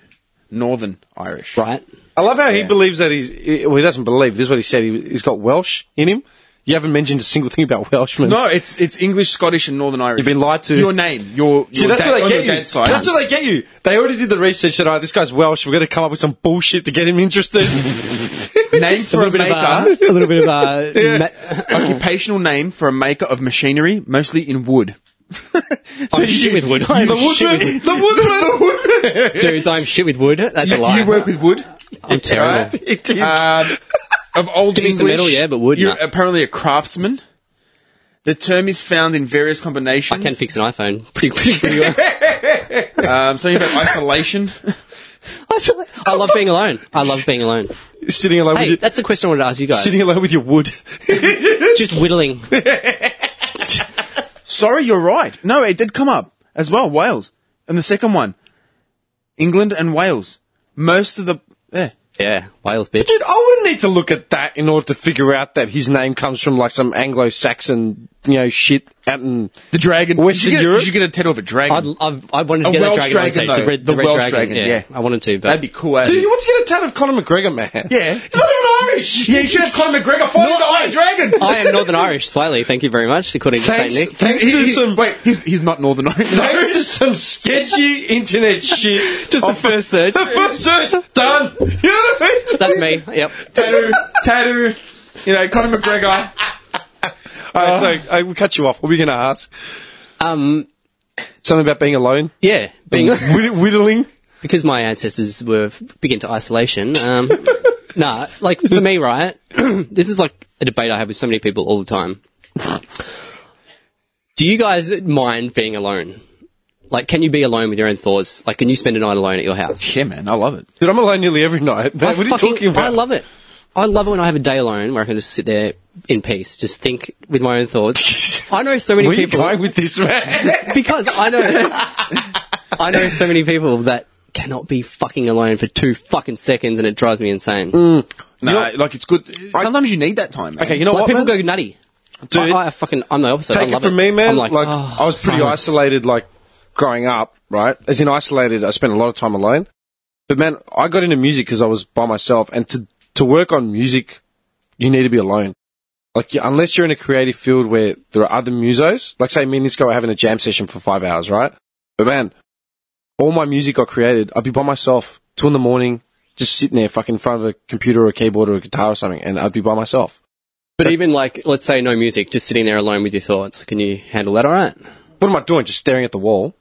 Speaker 2: Northern Irish.
Speaker 3: Right.
Speaker 1: I love how he believes that he's. Well, he doesn't believe. This is what he said. He, he's got Welsh in him. You haven't mentioned a single thing about Welshmen.
Speaker 2: No, it's it's English, Scottish, and Northern Irish.
Speaker 1: You've been lied to.
Speaker 2: Your name, your, your
Speaker 1: See, that's
Speaker 2: dad,
Speaker 1: what
Speaker 2: on
Speaker 1: they get
Speaker 2: your
Speaker 1: you.
Speaker 2: dad's side.
Speaker 1: That's what they get you. They already did the research that, all right, this guy's Welsh. We're going to come up with some bullshit to get him interested.
Speaker 2: name
Speaker 3: A
Speaker 2: for a
Speaker 3: little bit of
Speaker 2: maker,
Speaker 3: uh, a little bit of uh, ma-
Speaker 2: occupational name for a maker of machinery, mostly in wood. so
Speaker 3: I'm shit with wood. I'm
Speaker 1: the
Speaker 3: shit with
Speaker 1: woodman. The woodman.
Speaker 3: wood. Dudes, I'm shit with wood. That's a
Speaker 2: You,
Speaker 3: lie.
Speaker 2: you work with wood.
Speaker 3: I'm terrible.
Speaker 1: Uh,
Speaker 2: Um, of old
Speaker 3: Decent
Speaker 2: English,
Speaker 3: metal, yeah, but wood,
Speaker 2: You're
Speaker 3: nah.
Speaker 2: apparently a craftsman. The term is found in various combinations.
Speaker 3: I can fix an iPhone pretty pretty, pretty well.
Speaker 2: Um, something about isolation.
Speaker 3: I love being alone. I love being alone.
Speaker 1: sitting alone
Speaker 3: Hey,
Speaker 1: with your,
Speaker 3: that's the question I wanted to ask you guys.
Speaker 1: sitting alone with your wood.
Speaker 3: Just whittling.
Speaker 2: Sorry, you're right. No, it did come up as well. Wales and the second one, England and Wales. Most of the there.
Speaker 3: Yeah, Wales bitch.
Speaker 1: Dude, I wouldn't need to look at that in order to figure out that his name comes from like some Anglo-Saxon, you know, shit out in
Speaker 2: The dragon.
Speaker 1: Western
Speaker 2: you should get,
Speaker 1: Europe?
Speaker 2: You should get a title of a dragon.
Speaker 3: I'd, I've, I wanted to
Speaker 2: A
Speaker 3: get
Speaker 2: Welsh
Speaker 3: that dragon, on
Speaker 2: dragon,
Speaker 3: stage,
Speaker 2: though.
Speaker 3: the red,
Speaker 2: The
Speaker 3: the red
Speaker 2: Welsh dragon,
Speaker 3: dragon. yeah,
Speaker 2: yeah.
Speaker 3: I wanted to, but
Speaker 2: That'd be cool. eh? as
Speaker 1: Dude, you want to get a tat of Conor McGregor, man?
Speaker 2: Yeah.
Speaker 1: he's not even Irish.
Speaker 2: Yeah, you should have Conor McGregor fighting
Speaker 1: Not
Speaker 2: the Iron Dragon.
Speaker 3: I am Northern Irish slightly. Thank you very much, according to Saint
Speaker 1: Thanks,
Speaker 3: Nick.
Speaker 1: thanks
Speaker 2: He-
Speaker 1: to
Speaker 2: he-
Speaker 1: some
Speaker 2: wait, he's he's not Northern Ireland.
Speaker 1: Thanks to some sketchy internet shit.
Speaker 3: Just the
Speaker 1: Of-
Speaker 3: first search.
Speaker 1: The first search done. You know what I mean?
Speaker 3: That's me. Yep.
Speaker 2: tattoo, tattoo. You know, Conor McGregor.
Speaker 1: All right, so I, we cut you off. What were you going to ask?
Speaker 3: Um,
Speaker 1: Something about being alone,
Speaker 3: Yeah, being
Speaker 1: Whitt- whittling.
Speaker 3: because my ancestors were big into isolation. Um, nah, like for me, right? this is like a debate I have with so many people all the time. Do you guys mind being alone? Like, can you be alone with your own thoughts? Like, can you spend a night alone at your house?
Speaker 2: Yeah, man, I love it.
Speaker 1: Dude, I'm alone nearly every night. Man, what are you
Speaker 3: fucking-
Speaker 1: talking about?
Speaker 3: I love it. I love it when I have a day alone where I can just sit there in peace, just think with my own thoughts. I know so many
Speaker 1: Where are you
Speaker 3: people
Speaker 1: going with this, man?
Speaker 3: because I know, I know so many people that cannot be fucking alone for two fucking seconds, and it drives me insane.
Speaker 2: No, like it's good. Sometimes you need that time. Man.
Speaker 1: okay, Mm. you know
Speaker 3: Like,
Speaker 1: what?
Speaker 3: people
Speaker 1: man?
Speaker 3: go nutty.
Speaker 1: Dude.
Speaker 3: I, I fucking, I'm the opposite. I
Speaker 1: Take
Speaker 3: love
Speaker 1: it from me, man.
Speaker 3: I'm
Speaker 1: like,
Speaker 3: oh,
Speaker 1: I was pretty
Speaker 3: silence.
Speaker 1: isolated, like growing up, right? As in isolated, I spent a lot of time alone. But man, I got into music because I was by myself, and to to work on music, you need to be alone. Like, you- unless you're in a creative field where there are other musos, like say me and this guy were having a jam session for five hours, right? But man, all my music I created, I'd be by myself two in the morning, just sitting there, fucking in front of a computer or a keyboard or a guitar or something, and I'd be by myself.
Speaker 3: But even like, let's say no music, just sitting there alone with your thoughts. Can you handle that? All right.
Speaker 1: What am I doing? Just staring at the wall?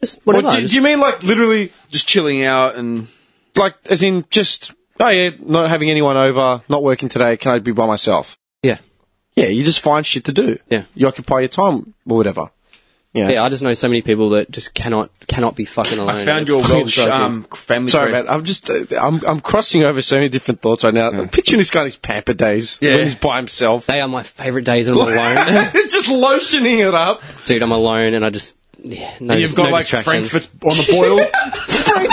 Speaker 3: Just whatever.
Speaker 1: Or do-
Speaker 3: just-
Speaker 1: do you mean like literally
Speaker 2: just chilling out and
Speaker 1: like as in just oh yeah, not having anyone over, not working today. Can I be by myself?
Speaker 3: yeah.
Speaker 1: Yeah, you just find shit to do.
Speaker 3: Yeah.
Speaker 1: you occupy your time or whatever.
Speaker 3: Yeah, I just know so many people that just cannot cannot be fucking alone.
Speaker 2: I found
Speaker 3: It
Speaker 2: your
Speaker 3: fucking
Speaker 2: Welsh
Speaker 3: drives me
Speaker 2: um, family.
Speaker 1: Sorry,
Speaker 2: crest.
Speaker 1: man. I'm just uh, I'm I'm crossing over so many different thoughts right now. I'm picturing this guy in his pamper days
Speaker 2: Yeah.
Speaker 1: when he's by himself,
Speaker 3: They are my favourite days when I'm alone.
Speaker 1: just lotioning it up.
Speaker 3: Dude, I'm alone and I just, yeah, no,
Speaker 2: You've
Speaker 3: dis-
Speaker 2: got
Speaker 3: no
Speaker 2: like
Speaker 3: distractions.
Speaker 2: Frankfurt on the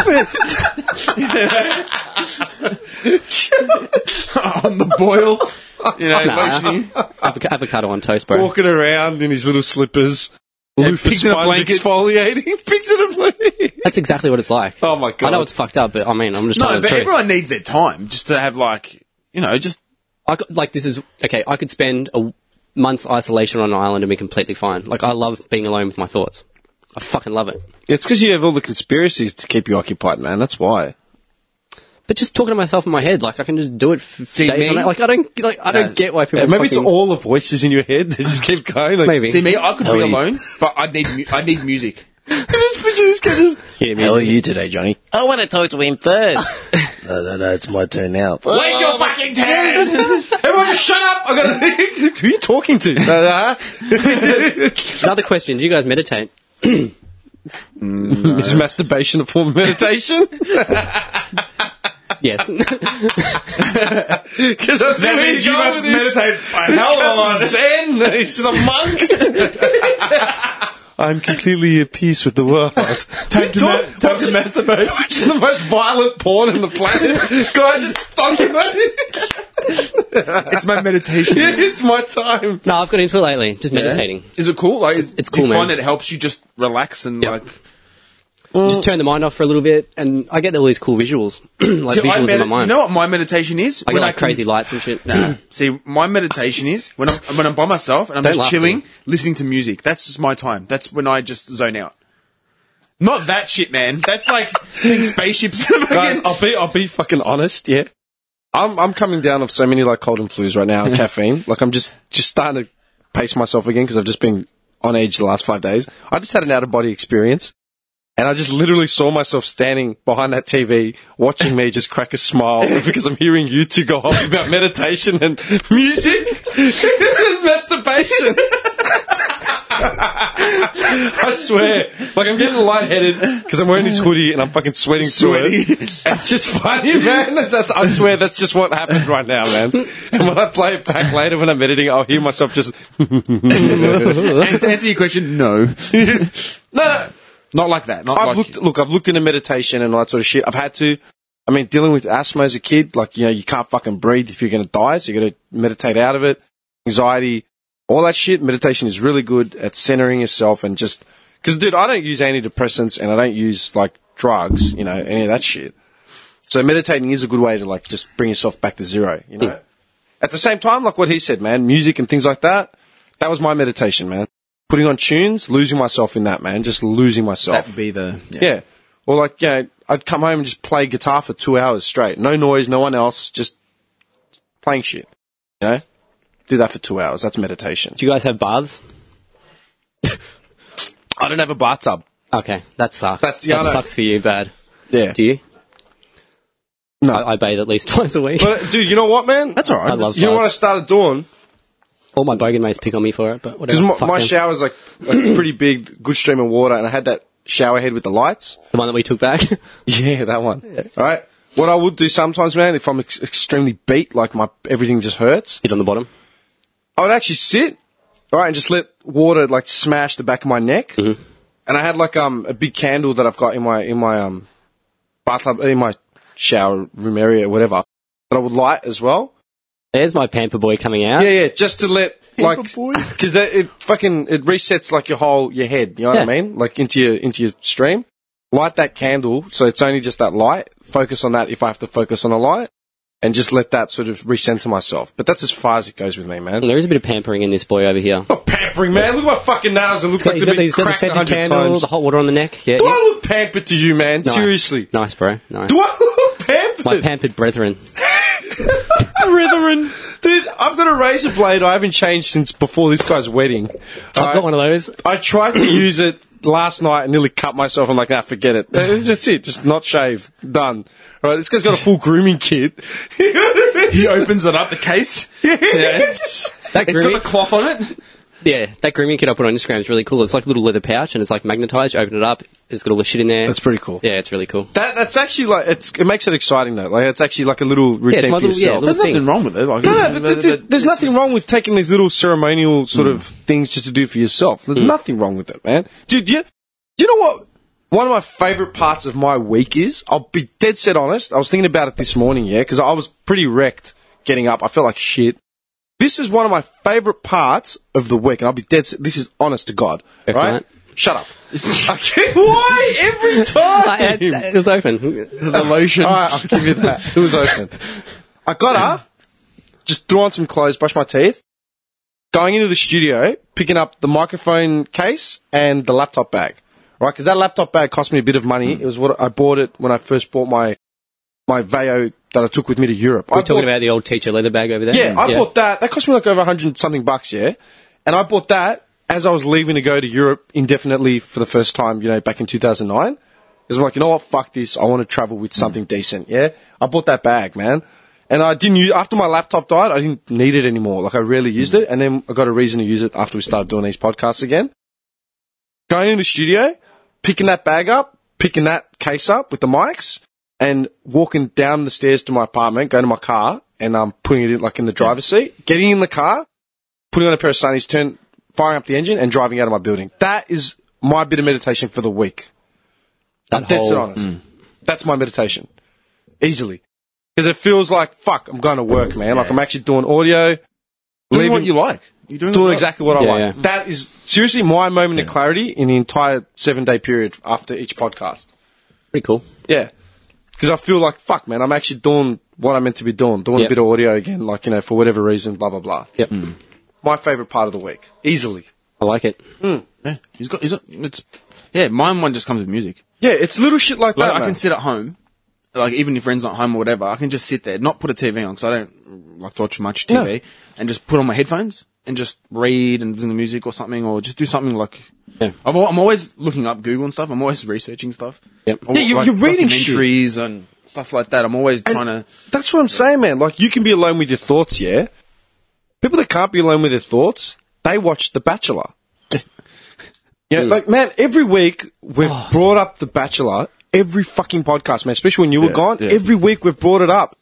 Speaker 2: boil. on the boil. You know,
Speaker 3: Nah.
Speaker 2: lotioning.
Speaker 3: Avoc- avocado on toast, bro.
Speaker 1: Walking around in his little slippers, loofah
Speaker 2: picks in a
Speaker 1: sponge
Speaker 2: blanket.
Speaker 1: exfoliating, picks in a blanket.
Speaker 3: That's exactly what it's like.
Speaker 1: Oh my god!
Speaker 3: I know it's fucked up, but I mean, I'm just
Speaker 2: No,
Speaker 3: telling the
Speaker 2: but
Speaker 3: truth.
Speaker 2: everyone needs their time just to have like, you know, just
Speaker 3: I could, like this is okay. I could spend a month's isolation on an island and be completely fine. Like I love being alone with my thoughts. I fucking love it.
Speaker 1: It's because you have all the conspiracies to keep you occupied, man. That's why.
Speaker 3: But just talking to myself in my head, like I can just do it for days.
Speaker 2: me?
Speaker 3: on end. Like I don't, like I
Speaker 2: No.
Speaker 3: don't get why people.
Speaker 1: Yeah, Uh, maybe it's
Speaker 3: fucking-
Speaker 1: all the voices in your head that just keep going. Like,
Speaker 3: Maybe.
Speaker 2: see me. I could be
Speaker 1: yeah.
Speaker 2: alone, but I would need mu- I need music.
Speaker 1: just picture this guy just.
Speaker 3: Yeah, me
Speaker 1: How are
Speaker 3: too.
Speaker 1: you today, Johnny?
Speaker 4: I want to talk to him first. no, no, no, it's my turn now.
Speaker 2: Where's your fucking turn?
Speaker 1: Everyone, just shut up! I got Who are you talking to? Uh,
Speaker 3: Another question: Do you guys meditate?
Speaker 1: Is masturbation a form of meditation?
Speaker 3: Yes.
Speaker 1: Because that's
Speaker 2: That means you must meditate for a
Speaker 1: This
Speaker 2: hell of a
Speaker 1: guy's
Speaker 2: lot.
Speaker 1: Zen. He's just a monk. I'm completely at peace with the world. Time to,
Speaker 2: ma- time to
Speaker 1: masturbate. Watching the most violent porn on the planet. Guys, just fucking
Speaker 2: It's my meditation.
Speaker 1: It's my time.
Speaker 3: no, I've got into it lately. Just meditating.
Speaker 2: Is it cool? Like, it's,
Speaker 3: cool,
Speaker 2: You
Speaker 3: man.
Speaker 2: find it helps you just relax and
Speaker 3: Yeah.
Speaker 2: like.
Speaker 3: Just turn the mind off for a little bit, and I get all these cool visuals, like
Speaker 2: See, I
Speaker 3: visuals in my
Speaker 2: medi-
Speaker 3: mind.
Speaker 2: You know what my meditation is?
Speaker 3: I get like crazy lights and shit.
Speaker 2: Nah. See, my meditation is when I'm when I'm by myself and I'm
Speaker 3: Don't
Speaker 2: just
Speaker 3: laugh,
Speaker 2: chilling,
Speaker 3: dude.
Speaker 2: listening to music. That's just my time. That's when I just zone out. Not that shit, man. That's like taking spaceships.
Speaker 1: Guys, I'll be I'll be fucking honest, yeah. I'm I'm coming down off so many like cold and flus right now, and caffeine. Like I'm just just starting to pace myself again because I've just been on edge the last five days. I just had an out of body experience, and I just literally saw myself standing behind that TV, watching me just crack a smile because I'm hearing you two go off about meditation and music. this is masturbation. I swear, like I'm getting lightheaded because I'm wearing this hoodie and I'm fucking sweating
Speaker 2: Sweaty.
Speaker 1: through it. It's just funny, man. That's I swear that's just what happened right now, man. And when I play it back later when I'm editing, I'll hear myself just
Speaker 2: and to answer your question, no,
Speaker 1: no.
Speaker 2: not like that. Not
Speaker 1: I've
Speaker 2: like
Speaker 1: looked look, I've looked into meditation and all that sort of shit. I've had to. I mean, dealing with asthma as a kid, like you know, you can't fucking breathe if you're going to die, so you got to meditate out of it. Anxiety, all that shit. Meditation is really good at centering yourself and just because, dude, I don't use antidepressants and I don't use like drugs, you know, any of that shit. So meditating is a good way to like just bring yourself back to zero, you know. At the same time, like what he said, man, music and things like that. That was my meditation, man. Putting on tunes, losing myself in that, man, just losing myself.
Speaker 2: that would be the yeah.
Speaker 1: Yeah. Or like, you know, I'd come home and just play guitar for two hours straight. No noise, no one else, just playing shit. You know? Do that for two hours. That's meditation.
Speaker 3: Do you guys have baths?
Speaker 2: I don't have a bathtub.
Speaker 3: Okay, that sucks.
Speaker 1: That's- yeah, I
Speaker 3: that
Speaker 1: know.
Speaker 3: sucks for you, bad.
Speaker 1: Yeah.
Speaker 3: Do you?
Speaker 1: No.
Speaker 3: I, I bathe at least twice a week.
Speaker 1: Uh, But, dude, you know what, man?
Speaker 2: That's all right.
Speaker 3: I love
Speaker 1: you know what I
Speaker 3: baths.
Speaker 1: started doing?
Speaker 3: All my bogan mates pick on me for it, but whatever.
Speaker 1: Because my,
Speaker 3: Fuck
Speaker 1: my
Speaker 3: them.
Speaker 1: shower's like a pretty big, good stream of water, and I had that shower head with the lights.
Speaker 3: The one that we took back.
Speaker 1: Yeah, that one. All right. What I would do sometimes, man, if I'm ex- extremely beat, like my everything just hurts,
Speaker 3: Sit on the bottom.
Speaker 1: I would actually sit, all right, and just let water like smash the back of my neck.
Speaker 3: Mm-hmm.
Speaker 1: And I had like um a big candle that I've got in my in my um bathtub in my shower room area, whatever, that I would light as well.
Speaker 3: There's my pamper boy coming out.
Speaker 1: Yeah, yeah, just to let like
Speaker 2: boy.
Speaker 1: because it fucking it resets like your whole your head. You know what I
Speaker 3: Yeah.
Speaker 1: mean? Like into your into your stream. Light that candle, so it's only just that light. Focus on that if I have to focus on a light, and just let that sort of recenter myself. But that's as far as it goes with me, man.
Speaker 3: And there is a bit of pampering in this boy over here.
Speaker 1: I'm not pampering, man. Look at my fucking nails. It looks like
Speaker 3: he's
Speaker 1: they've
Speaker 3: got,
Speaker 1: been
Speaker 3: he's got the
Speaker 1: cracked a
Speaker 3: scented
Speaker 1: hundred
Speaker 3: candle,
Speaker 1: times.
Speaker 3: the hot water on the neck. Yeah,
Speaker 1: Do
Speaker 3: yeah.
Speaker 1: I look pampered to you, man?
Speaker 3: Nice.
Speaker 1: Seriously,
Speaker 3: Nice, bro. Nice.
Speaker 1: do I look pampered?
Speaker 3: My pampered brethren.
Speaker 1: brethren, dude, I've got a razor blade I haven't changed since before this guy's wedding.
Speaker 3: I've got one of those.
Speaker 1: I tried to use it last night and nearly cut myself. I'm like, ah, forget it. Uh, That's it. Just not shave. Done. All right, this guy's got a full grooming kit.
Speaker 2: He opens it up, the case. Yeah.
Speaker 3: That
Speaker 2: It's got
Speaker 3: grooming,
Speaker 2: the cloth on it.
Speaker 3: yeah, that grooming kit I put on Instagram is really cool. It's like a little leather pouch and it's like magnetized. You open it up, it's got all the shit in there.
Speaker 1: That's pretty cool.
Speaker 3: yeah, it's really cool.
Speaker 1: That, that's actually like it's, it makes it exciting though. Like it's actually like a little routine
Speaker 3: it's my
Speaker 1: for
Speaker 3: little- yeah,
Speaker 1: yourself.
Speaker 3: little-
Speaker 2: There's nothing
Speaker 3: thing.
Speaker 2: wrong with it. Like,
Speaker 1: no, no, but th- th- there's nothing wrong with taking these little ceremonial sort of things just to do for yourself. There's nothing wrong with it, man. Dude, you, you know what? One of my favorite parts of my week is, I'll be dead set honest, I was thinking about it this morning, yeah, because I was pretty wrecked getting up. I felt like shit. This is one of my favorite parts of the week, and I'll be dead set. This is honest to God.
Speaker 3: Check
Speaker 1: right?
Speaker 3: mate.
Speaker 1: Shut up. okay, why every
Speaker 3: I- I-
Speaker 1: time?
Speaker 3: uh, it was open.
Speaker 2: The lotion.
Speaker 1: All right, I'll give you that. It was open. I got up, just threw on some clothes, brushed my teeth, going into the studio, picking up the microphone case and the laptop bag. Right, because that laptop bag cost me a bit of money. It was what I bought it when I first bought my my Veo that I took with me to Europe. I
Speaker 3: We're talking
Speaker 1: bought-
Speaker 3: about the old teacher leather bag over there.
Speaker 1: yeah, I bought that. That cost me like over 100 something bucks, yeah? And I bought that as I was leaving to go to Europe indefinitely for the first time, you know, back in 2009. Because I'm like, you know what? Fuck this. I want to travel with something decent, yeah? I bought that bag, man. And I didn't use, after my laptop died, I didn't need it anymore. Like, I rarely used it. And then I got a reason to use it after we started doing these podcasts again. Going in the studio, picking that bag up, picking that case up with the mics, and walking down the stairs to my apartment, going to my car, and um, putting it in, like in the driver's seat, getting in the car, putting on a pair of sunnies, turn, firing up the engine, and driving out of my building. That is my bit of meditation for the week.
Speaker 3: that
Speaker 1: That's it,
Speaker 3: whole- mm.
Speaker 1: honest. That's my meditation, easily, because it feels like fuck. I'm going to work, man. Like I'm actually doing audio,
Speaker 2: Doing what
Speaker 1: leaving
Speaker 2: you like. You're doing,
Speaker 1: doing
Speaker 2: what-
Speaker 1: exactly what I
Speaker 3: Yeah,
Speaker 1: like.
Speaker 3: yeah.
Speaker 1: That is seriously my moment of clarity in the entire seven day period after each podcast.
Speaker 3: Pretty cool.
Speaker 1: Yeah. Because I feel like, fuck, man, I'm actually doing what I'm meant to be doing, doing a
Speaker 3: Yep.
Speaker 1: bit of audio again, like, you know, for whatever reason, blah, blah, blah.
Speaker 3: Yep.
Speaker 2: Mm.
Speaker 1: My favourite part of the week, easily.
Speaker 3: I like it.
Speaker 2: Yeah, he's got. He's got it's. Yeah, mine one just comes with music.
Speaker 1: Yeah, it's little shit like,
Speaker 2: Like
Speaker 1: that.
Speaker 2: I
Speaker 1: man.
Speaker 2: can sit at home, like even if friends not home or whatever, I can just sit there, not put a TV on because I don't like to watch much TV, and just put on my headphones and just read and listen to music or something, or just do something like.
Speaker 3: Yeah.
Speaker 2: I'm, al- I'm always looking up Google and stuff. I'm always researching stuff.
Speaker 3: Yep.
Speaker 2: Or,
Speaker 1: Yeah, you- you're reading shit.
Speaker 2: documentaries and stuff like that. I'm always
Speaker 1: And
Speaker 2: trying to.
Speaker 1: That's what I'm saying, man. Like, you can be alone with your thoughts, yeah? People that can't be alone with their thoughts, they watch The Bachelor. yeah, like, man, every week we've
Speaker 2: Oh,
Speaker 1: brought up The Bachelor, every fucking podcast, man, especially when you were gone.
Speaker 2: yeah.
Speaker 1: Every week we've brought it up.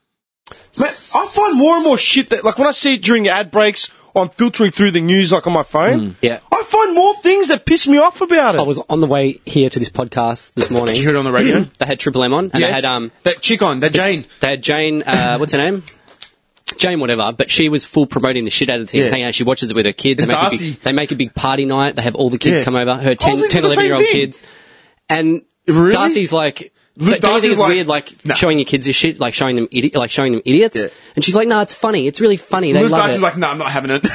Speaker 1: Man, I find more and more shit that, like, when I see it during ad breaks or I'm filtering through the news, like, on my phone,
Speaker 2: Mm.
Speaker 3: Yeah.
Speaker 1: I find more things that piss me off about it.
Speaker 3: I was on the way here to this podcast this morning.
Speaker 2: You heard it on the radio.
Speaker 3: They had Triple M on, and they
Speaker 2: Yes.
Speaker 3: had um,
Speaker 2: that chick on that Jane.
Speaker 3: They had Jane, uh, what's her name? Jane, whatever, but she was full promoting the shit out of the thing,
Speaker 2: Yeah.
Speaker 3: saying how she watches it with her kids. They
Speaker 2: And
Speaker 3: make, a
Speaker 2: Darcy.
Speaker 3: big, they make a big party night. They have all the kids
Speaker 2: Yeah.
Speaker 3: come over, her 10,
Speaker 2: thinking
Speaker 3: 10
Speaker 2: the same
Speaker 3: 11 year old
Speaker 2: thing.
Speaker 3: kids. And
Speaker 2: Really?
Speaker 3: Darcy's like,
Speaker 2: Look,
Speaker 3: don't you think
Speaker 2: Darcy's
Speaker 3: it's
Speaker 2: like-
Speaker 3: weird, like
Speaker 2: Nah.
Speaker 3: showing your kids this shit, like showing them idi- like showing them idiots?
Speaker 2: Yeah.
Speaker 3: And she's like, no, it's funny. It's really funny. They
Speaker 2: Look,
Speaker 3: love
Speaker 2: Darcy's
Speaker 3: it.
Speaker 2: like, no, I'm not having it.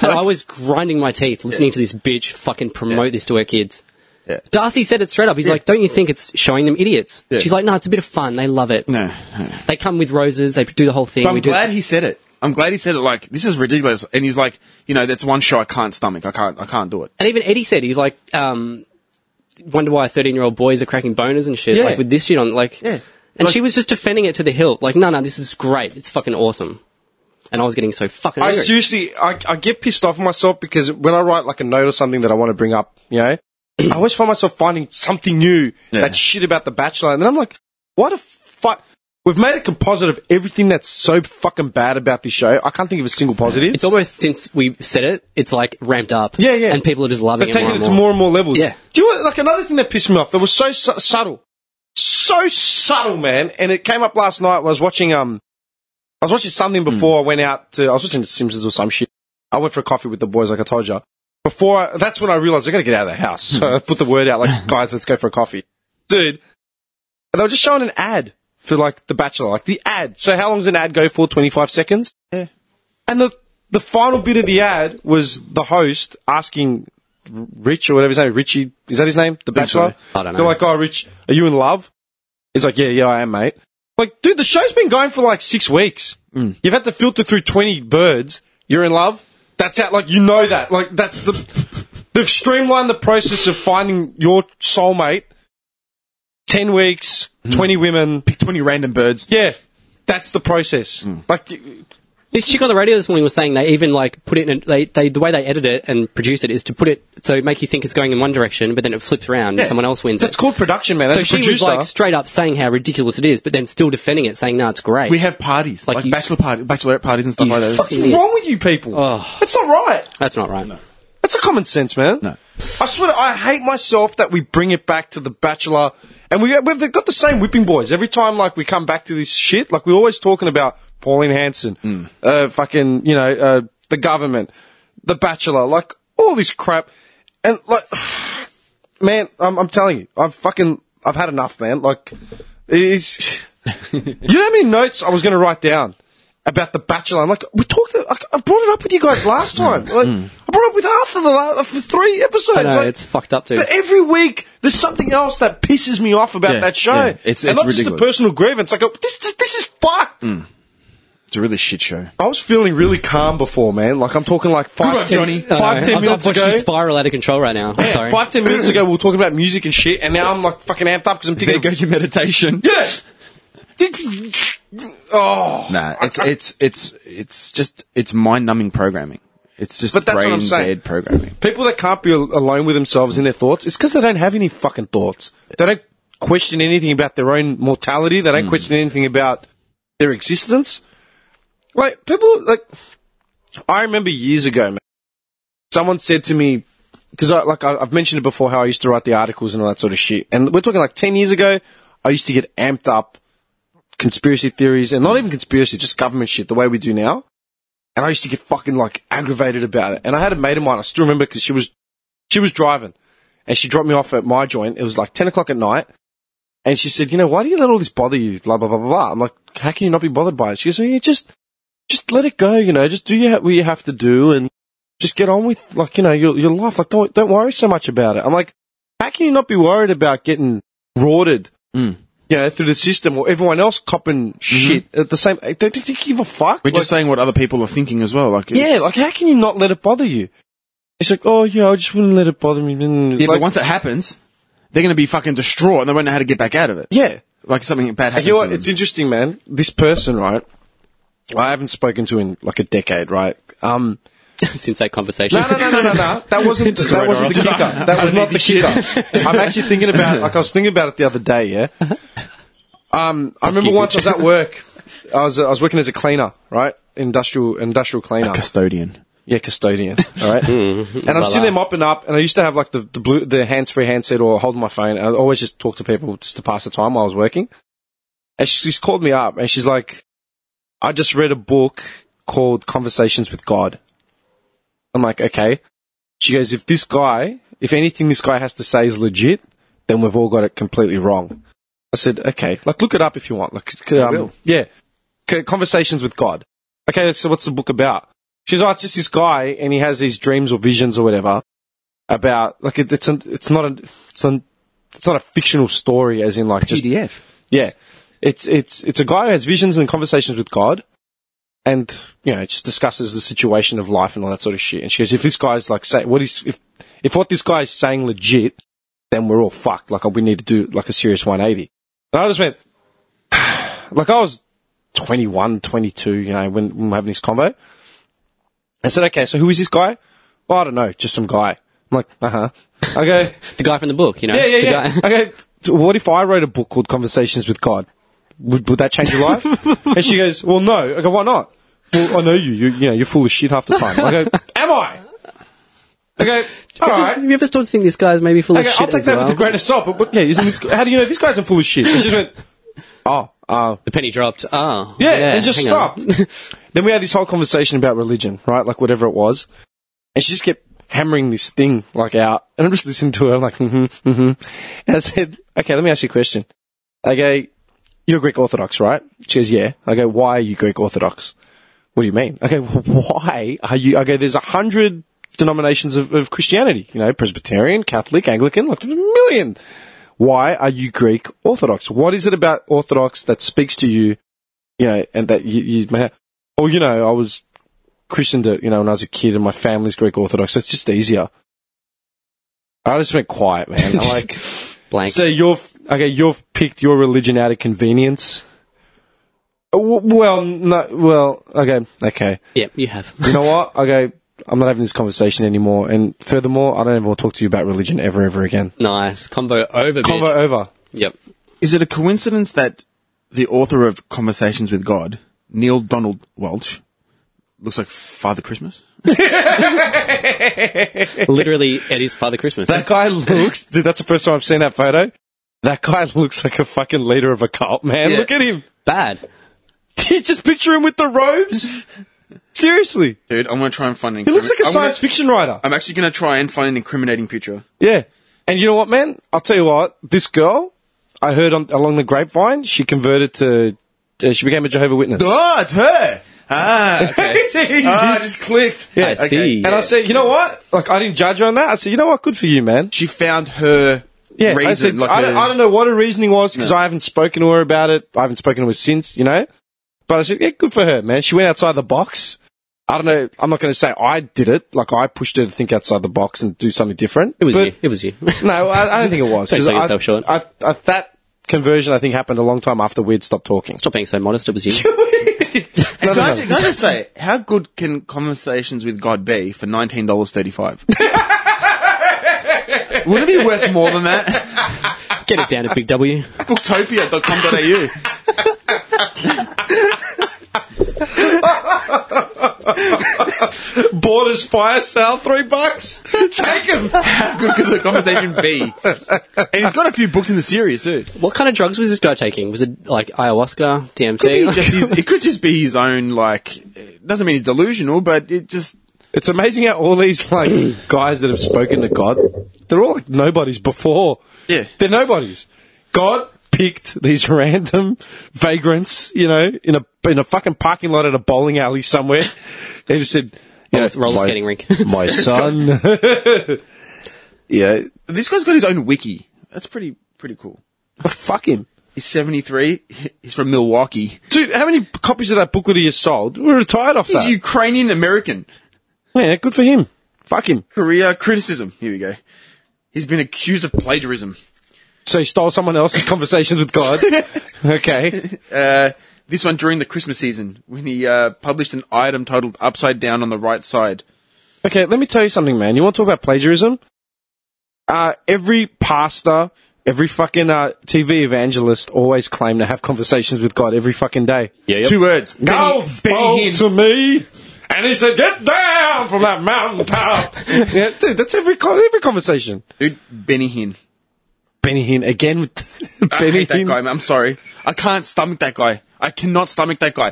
Speaker 3: and I was grinding my teeth listening to this bitch fucking promote this to her kids.
Speaker 2: Yeah.
Speaker 3: Darcy said it straight up. He's like, don't you think it's showing them idiots? She's like, no, it's a bit of fun. They love it.
Speaker 2: no, no.
Speaker 3: They come with roses. They do the whole thing.
Speaker 2: But I'm
Speaker 3: do-
Speaker 2: glad he said it. I'm glad he said it. Like this is ridiculous, and he's like, you know, that's one show I can't stomach. I can't. I can't do it.
Speaker 3: And even Eddie said he's like, um, wonder why 13 year old boys are cracking boners and shit.
Speaker 2: Yeah.
Speaker 3: Like with this shit on, like.
Speaker 2: Yeah.
Speaker 3: And
Speaker 2: Like-
Speaker 3: she was just defending it to the hilt. Like, no, no, this is great. It's fucking awesome. And I was getting so fucking
Speaker 1: I
Speaker 3: angry.
Speaker 1: seriously, I, I get pissed off with myself because when I write like a note or something that I want to bring up, you know, I always find myself finding something new
Speaker 2: Yeah.
Speaker 1: that shit about The Bachelor, and then I'm like, what a fuck. We've made a composite of everything that's so fucking bad about this show. I can't think of a single positive.
Speaker 3: it's almost since we said it, it's like ramped up.
Speaker 1: Yeah, yeah.
Speaker 3: And people are just loving
Speaker 1: They're
Speaker 3: it more
Speaker 1: taking it
Speaker 3: and
Speaker 1: to
Speaker 3: more.
Speaker 1: more and more levels.
Speaker 3: Yeah.
Speaker 1: Do you know, what- like another thing that pissed me off that was so su- subtle, so subtle, man. And it came up last night. When I was watching um, I was watching something
Speaker 3: Hmm.
Speaker 1: before I went out to. I was watching The Simpsons or some shit. I went for a coffee with the boys, like I told you. Before I, that's when I realized I got to get out of the house. So I put the word out, like guys, let's go for a coffee, dude. And they were just showing an ad for like The Bachelor, like the ad. So how long's an ad go for? Twenty five seconds.
Speaker 2: Yeah.
Speaker 1: And the the final bit of the ad was the host asking Rich or whatever his name, Richie, is that his name? The Bachelor?
Speaker 3: I don't know.
Speaker 1: They're like, oh, Rich, are you in love? He's like, yeah, yeah, I am, mate. Like, dude, the show's been going for like six weeks.
Speaker 3: Mm.
Speaker 1: You've had to filter through 20 birds. You're in love? That's out. Like, you know that. Like, that's the. They've streamlined the process of finding your soulmate. 10 weeks,
Speaker 3: Mm.
Speaker 1: 20 women.
Speaker 2: Pick 20 random birds.
Speaker 1: Yeah, that's the process.
Speaker 3: Mm.
Speaker 1: Like, y-
Speaker 3: This chick on the radio this morning was saying they even like put it in. A, they, they the way they edit it and produce it is to put it so make you think it's going in one direction, but then it flips around and someone else wins
Speaker 1: that's
Speaker 3: it.
Speaker 1: called production, man. That's
Speaker 3: So
Speaker 1: a
Speaker 3: she was
Speaker 1: producer.
Speaker 3: like straight up saying how ridiculous it is, but then still defending it, saying no, it's great.
Speaker 2: We have parties,
Speaker 3: Like
Speaker 2: like,
Speaker 3: you-
Speaker 2: bachelor party, bachelorette parties and stuff
Speaker 3: You
Speaker 2: like that.
Speaker 3: fucking-
Speaker 1: What's wrong with you people?
Speaker 3: Oh.
Speaker 1: That's not right.
Speaker 3: That's not right.
Speaker 1: That's a common sense, man.
Speaker 2: No.
Speaker 1: I swear, to- I hate myself that we bring it back to The Bachelor. And we, we've got the same whipping boys. Every time, like, we come back to this shit, like, we're always talking about Pauline Hanson, uh, fucking, you know, uh, the government, The Bachelor, like, all this crap. And, like, man, I'm, I'm telling you, I've fucking, I've had enough, man. Like, it's, you know how many notes I was going to write down about The Bachelor? I'm like, we talked, like, I brought it up with you guys last time. Like, I brought it up with Arthur the last, for three episodes.
Speaker 3: Mm. I know,
Speaker 1: like,
Speaker 3: it's fucked up, dude.
Speaker 1: But every week, there's something else that pisses me off about
Speaker 2: Yeah,
Speaker 1: that show.
Speaker 2: yeah. It's-
Speaker 1: and
Speaker 2: it's
Speaker 1: not just
Speaker 2: ridiculous.
Speaker 1: a personal grievance. I go, this, this, this is fucked.
Speaker 3: Mm.
Speaker 2: It's a really shit show.
Speaker 1: I was feeling really calm before, man. Like, I'm talking like five,
Speaker 2: on,
Speaker 1: ten-
Speaker 2: Johnny.
Speaker 3: I know.
Speaker 1: five, ten
Speaker 3: I've-
Speaker 1: minutes
Speaker 3: I've watched
Speaker 1: ago.
Speaker 3: you spiral out of control right now. I'm
Speaker 1: Yeah,
Speaker 3: sorry.
Speaker 1: Five, ten minutes ago, we were talking about music and shit, and now I'm like fucking amped up because I'm thinking.
Speaker 2: There goes your meditation.
Speaker 1: Yeah. oh.
Speaker 2: Nah, it's it's it's it's just it's mind numbing programming. It's just
Speaker 1: But that's what I'm
Speaker 2: brain
Speaker 1: saying.
Speaker 2: dead programming.
Speaker 1: People that can't be al- alone with themselves in their thoughts, it's because they don't have any fucking thoughts. They don't question anything about their own mortality. They don't
Speaker 2: Hmm.
Speaker 1: question anything about their existence. Like, people, like, I remember years ago, man, someone said to me, because I, like, I, I've mentioned it before how I used to write the articles and all that sort of shit. And we're talking like 10 years ago, I used to get amped up conspiracy theories and not even conspiracy, just government shit, the way we do now. And I used to get fucking like aggravated about it. And I had a mate of mine, I still remember because she was, she was driving and she dropped me off at my joint. It was like 10 o'clock at night. And she said, you know, why do you let all this bother you? Blah, blah, blah, blah, blah. I'm like, how can you not be bothered by it? She goes, well, you just, just let it go, you know, just do you- what you have to do and just get on with like, you know, your, your life. Like don't, don't worry so much about it. I'm like, how can you not be worried about getting rorted? You know, through the system or everyone else copping shit at the same. Don't, do you give a fuck?
Speaker 2: We're
Speaker 1: Like-
Speaker 2: just saying what other people are thinking as well. Like
Speaker 1: yeah,
Speaker 2: it's-
Speaker 1: like how can you not let it bother you? It's like, oh yeah, I just wouldn't let it bother me.
Speaker 2: yeah.
Speaker 1: like,
Speaker 2: but once it happens, they're gonna be fucking distraught and they won't know how to get back out of it.
Speaker 1: yeah.
Speaker 2: Like something bad happens.
Speaker 1: You know what?
Speaker 2: to them.
Speaker 1: It's interesting, man. This person, right? I haven't spoken to in like a decade, right? Um,
Speaker 3: Since that conversation.
Speaker 1: No, no, no, no, no, no. That wasn't, that
Speaker 2: wrote
Speaker 1: wasn't
Speaker 2: her
Speaker 1: the
Speaker 2: off.
Speaker 1: kicker. That was not the kicker. I'm actually thinking about it. Like, I was thinking about it the other day, yeah? Um, I remember
Speaker 3: you,
Speaker 1: once I was at work. I was, I was working as a cleaner, right? Industrial, industrial cleaner.
Speaker 2: custodian.
Speaker 1: Yeah, custodian. All right. and I'm sitting there mopping up, and I used to have like the the, blue, the hands-free handset or holding my phone. and I always just talk to people just to pass the time while I was working. And she- she's called me up, and she's like, "I just read a book called Conversations with God." I'm like, "Okay." She goes, "If this guy, if anything this guy has to say is legit, then we've all got it completely wrong." I said, "Okay, like look it up if you want." Like, um,
Speaker 2: will.
Speaker 1: yeah, C- Conversations with God. Okay, so what's the book about? She's like, it's just this guy, and he has these dreams or visions or whatever about like it, it's an, it's not a it's an it's not a fictional story as in like just
Speaker 2: PDF.
Speaker 1: yeah, it's it's it's a guy who has visions and conversations with God, and you know just discusses the situation of life and all that sort of shit. And she goes, if this guy's like say what is if if what this guy is saying legit, then we're all fucked. Like we need to do like a serious 180. And I just went, like I was 21, 22, you know, when, when we're having this convo. I said, okay, so who is this guy? Well, I don't know, just some guy. I'm like, uh huh. I go,
Speaker 3: The guy from the book, you know?
Speaker 1: yeah, yeah,
Speaker 3: The
Speaker 1: yeah.
Speaker 3: guy-
Speaker 1: okay, so what if I wrote a book called Conversations with God? Would, would that change your life? and she goes, well, no. I go, why not? Well, I know you. You, you know, you're full of shit half the time. I go, am I? I go, all right.
Speaker 3: Have you ever started to think this guy's maybe full
Speaker 1: Okay,
Speaker 3: of shit?
Speaker 1: I'll take
Speaker 3: as
Speaker 1: that
Speaker 3: well?
Speaker 1: with a grain of salt, but, but yeah, isn't this, how do you know this guy's a fool of shit? And she went, oh, oh,
Speaker 3: The penny dropped. Oh.
Speaker 1: yeah, and just
Speaker 3: hang on.
Speaker 1: stopped. then we had this whole conversation about religion, right? Like whatever it was, and she just kept hammering this thing like out, and I'm just listening to her, I'm like, mm-hmm, mm-hmm. And I said, okay, let me ask you a question. I go, you're Greek Orthodox, right? She goes, yeah. I go, why are you Greek Orthodox? What do you mean? I go, well, why are you? I go, there's a hundred denominations of, of Christianity, you know, Presbyterian, Catholic, Anglican, like there's a million. Why are you Greek Orthodox? What is it about Orthodox that speaks to you you know, and that you, you may have, or, you know, I was christened it, you know, when I was a kid and my family's Greek Orthodox, so it's just easier. I just went quiet, man. I'm like,
Speaker 3: Blank.
Speaker 1: so you've, okay, you've picked your religion out of convenience. W- Well, no, well, okay, okay.
Speaker 3: yep, you have.
Speaker 1: You know what? Okay, I'm not having this conversation anymore. And furthermore, I don't ever want to talk to you about religion ever, ever again.
Speaker 3: nice. Combo over, bitch.
Speaker 1: Convo over.
Speaker 3: Yep.
Speaker 2: Is it a coincidence that the author of Conversations with God, Neil Donald Welch, looks like Father Christmas?
Speaker 3: Literally, it is Father Christmas.
Speaker 1: That guy looks, dude, that's the first time I've seen that photo. That guy looks like a fucking leader of a cult, man.
Speaker 2: Yeah.
Speaker 1: Look at him.
Speaker 3: Bad.
Speaker 1: Just picture him with the robes. Seriously.
Speaker 2: Dude, I'm gonna try and find. An
Speaker 1: He looks like a
Speaker 2: I'm
Speaker 1: science
Speaker 2: gonna-
Speaker 1: fiction writer.
Speaker 2: I'm actually gonna try and find an incriminating picture.
Speaker 1: Yeah. And you know what, man? I'll tell you what. This girl, I heard on, along the grapevine, she converted to, uh, she became a Jehovah Witness.
Speaker 2: Oh, it's her. Ah,
Speaker 1: Jesus.
Speaker 2: Ah, I just clicked.
Speaker 1: Yeah,
Speaker 3: I
Speaker 1: okay.
Speaker 3: see.
Speaker 1: And I said, you know what? Like, I didn't judge her on that. I said, you know what? Good for you, man.
Speaker 2: She found her
Speaker 1: Yeah,
Speaker 2: reason.
Speaker 1: I said,
Speaker 2: like
Speaker 1: I, don't,
Speaker 2: a-
Speaker 1: I don't know what her reasoning was because I haven't spoken to her about it. I haven't spoken to her since, you know. But I said, yeah, good for her, man. She went outside the box. I don't know. I'm not going to say I did it. Like I pushed her to think outside the box and do something different.
Speaker 3: It was
Speaker 1: But-
Speaker 3: you. It was you.
Speaker 1: No, I, I don't think it was.
Speaker 3: Don't
Speaker 1: 'cause
Speaker 3: sell
Speaker 1: I-
Speaker 3: yourself short.
Speaker 1: I, I, that conversion, I think, happened a long time after we'd stopped talking.
Speaker 3: Stop being so modest. It was you.
Speaker 2: And
Speaker 1: No,
Speaker 2: can,
Speaker 1: no,
Speaker 2: I
Speaker 1: no.
Speaker 2: ju- can I just say, how good can conversations with God be for nineteen dollars thirty-five? Wouldn't it be worth more than that?
Speaker 3: Get it down to Big W.
Speaker 2: Booktopia.com.au.
Speaker 1: Borders fire sale, three bucks. Take him.
Speaker 2: How good could the conversation be? And he's got a few books in the series too.
Speaker 3: What kind of drugs was this guy taking? Was it like ayahuasca, DMT?
Speaker 2: He just- he's- it could just be his own. Like, it doesn't mean he's delusional, but it just
Speaker 1: It's amazing how all these like guys that have spoken to God, they're all like nobodies before.
Speaker 2: Yeah.
Speaker 1: they're nobodies. God picked these random vagrants, you know, in a in a fucking parking lot at a bowling alley somewhere, and just said, you know,
Speaker 3: roller
Speaker 1: my-
Speaker 3: skating rink.
Speaker 1: My son. yeah,
Speaker 2: this guy's got his own wiki. That's pretty pretty cool.
Speaker 1: fuck him.
Speaker 2: He's seventy-three. He's from Milwaukee.
Speaker 1: Dude, how many copies of that booklet have you sold? We're retired off
Speaker 2: He's
Speaker 1: that.
Speaker 2: Ukrainian American.
Speaker 1: yeah, good for him. Fuck him.
Speaker 2: Korea criticism. Here we go. He's been accused of plagiarism.
Speaker 1: So he stole someone else's conversations with God. okay.
Speaker 2: Uh, this one during the Christmas season when he uh, published an item titled "Upside Down on the Right Side."
Speaker 1: Okay, let me tell you something, man. You want to talk about plagiarism? Uh, every pastor, every fucking uh, TV evangelist always claim to have conversations with God every fucking day.
Speaker 3: yeah, yep.
Speaker 2: Two words.
Speaker 1: God
Speaker 2: Benny
Speaker 1: spoke
Speaker 2: Hinn.
Speaker 1: to me, and he said, "Get down from that mountaintop." yeah, dude, that's every con- every conversation.
Speaker 2: Dude, Benny Hinn.
Speaker 1: Benny Hinn again. With
Speaker 2: I
Speaker 1: Benny
Speaker 2: hate that
Speaker 1: Hinn.
Speaker 2: guy, man. I'm sorry. I can't stomach that guy. I cannot stomach that guy.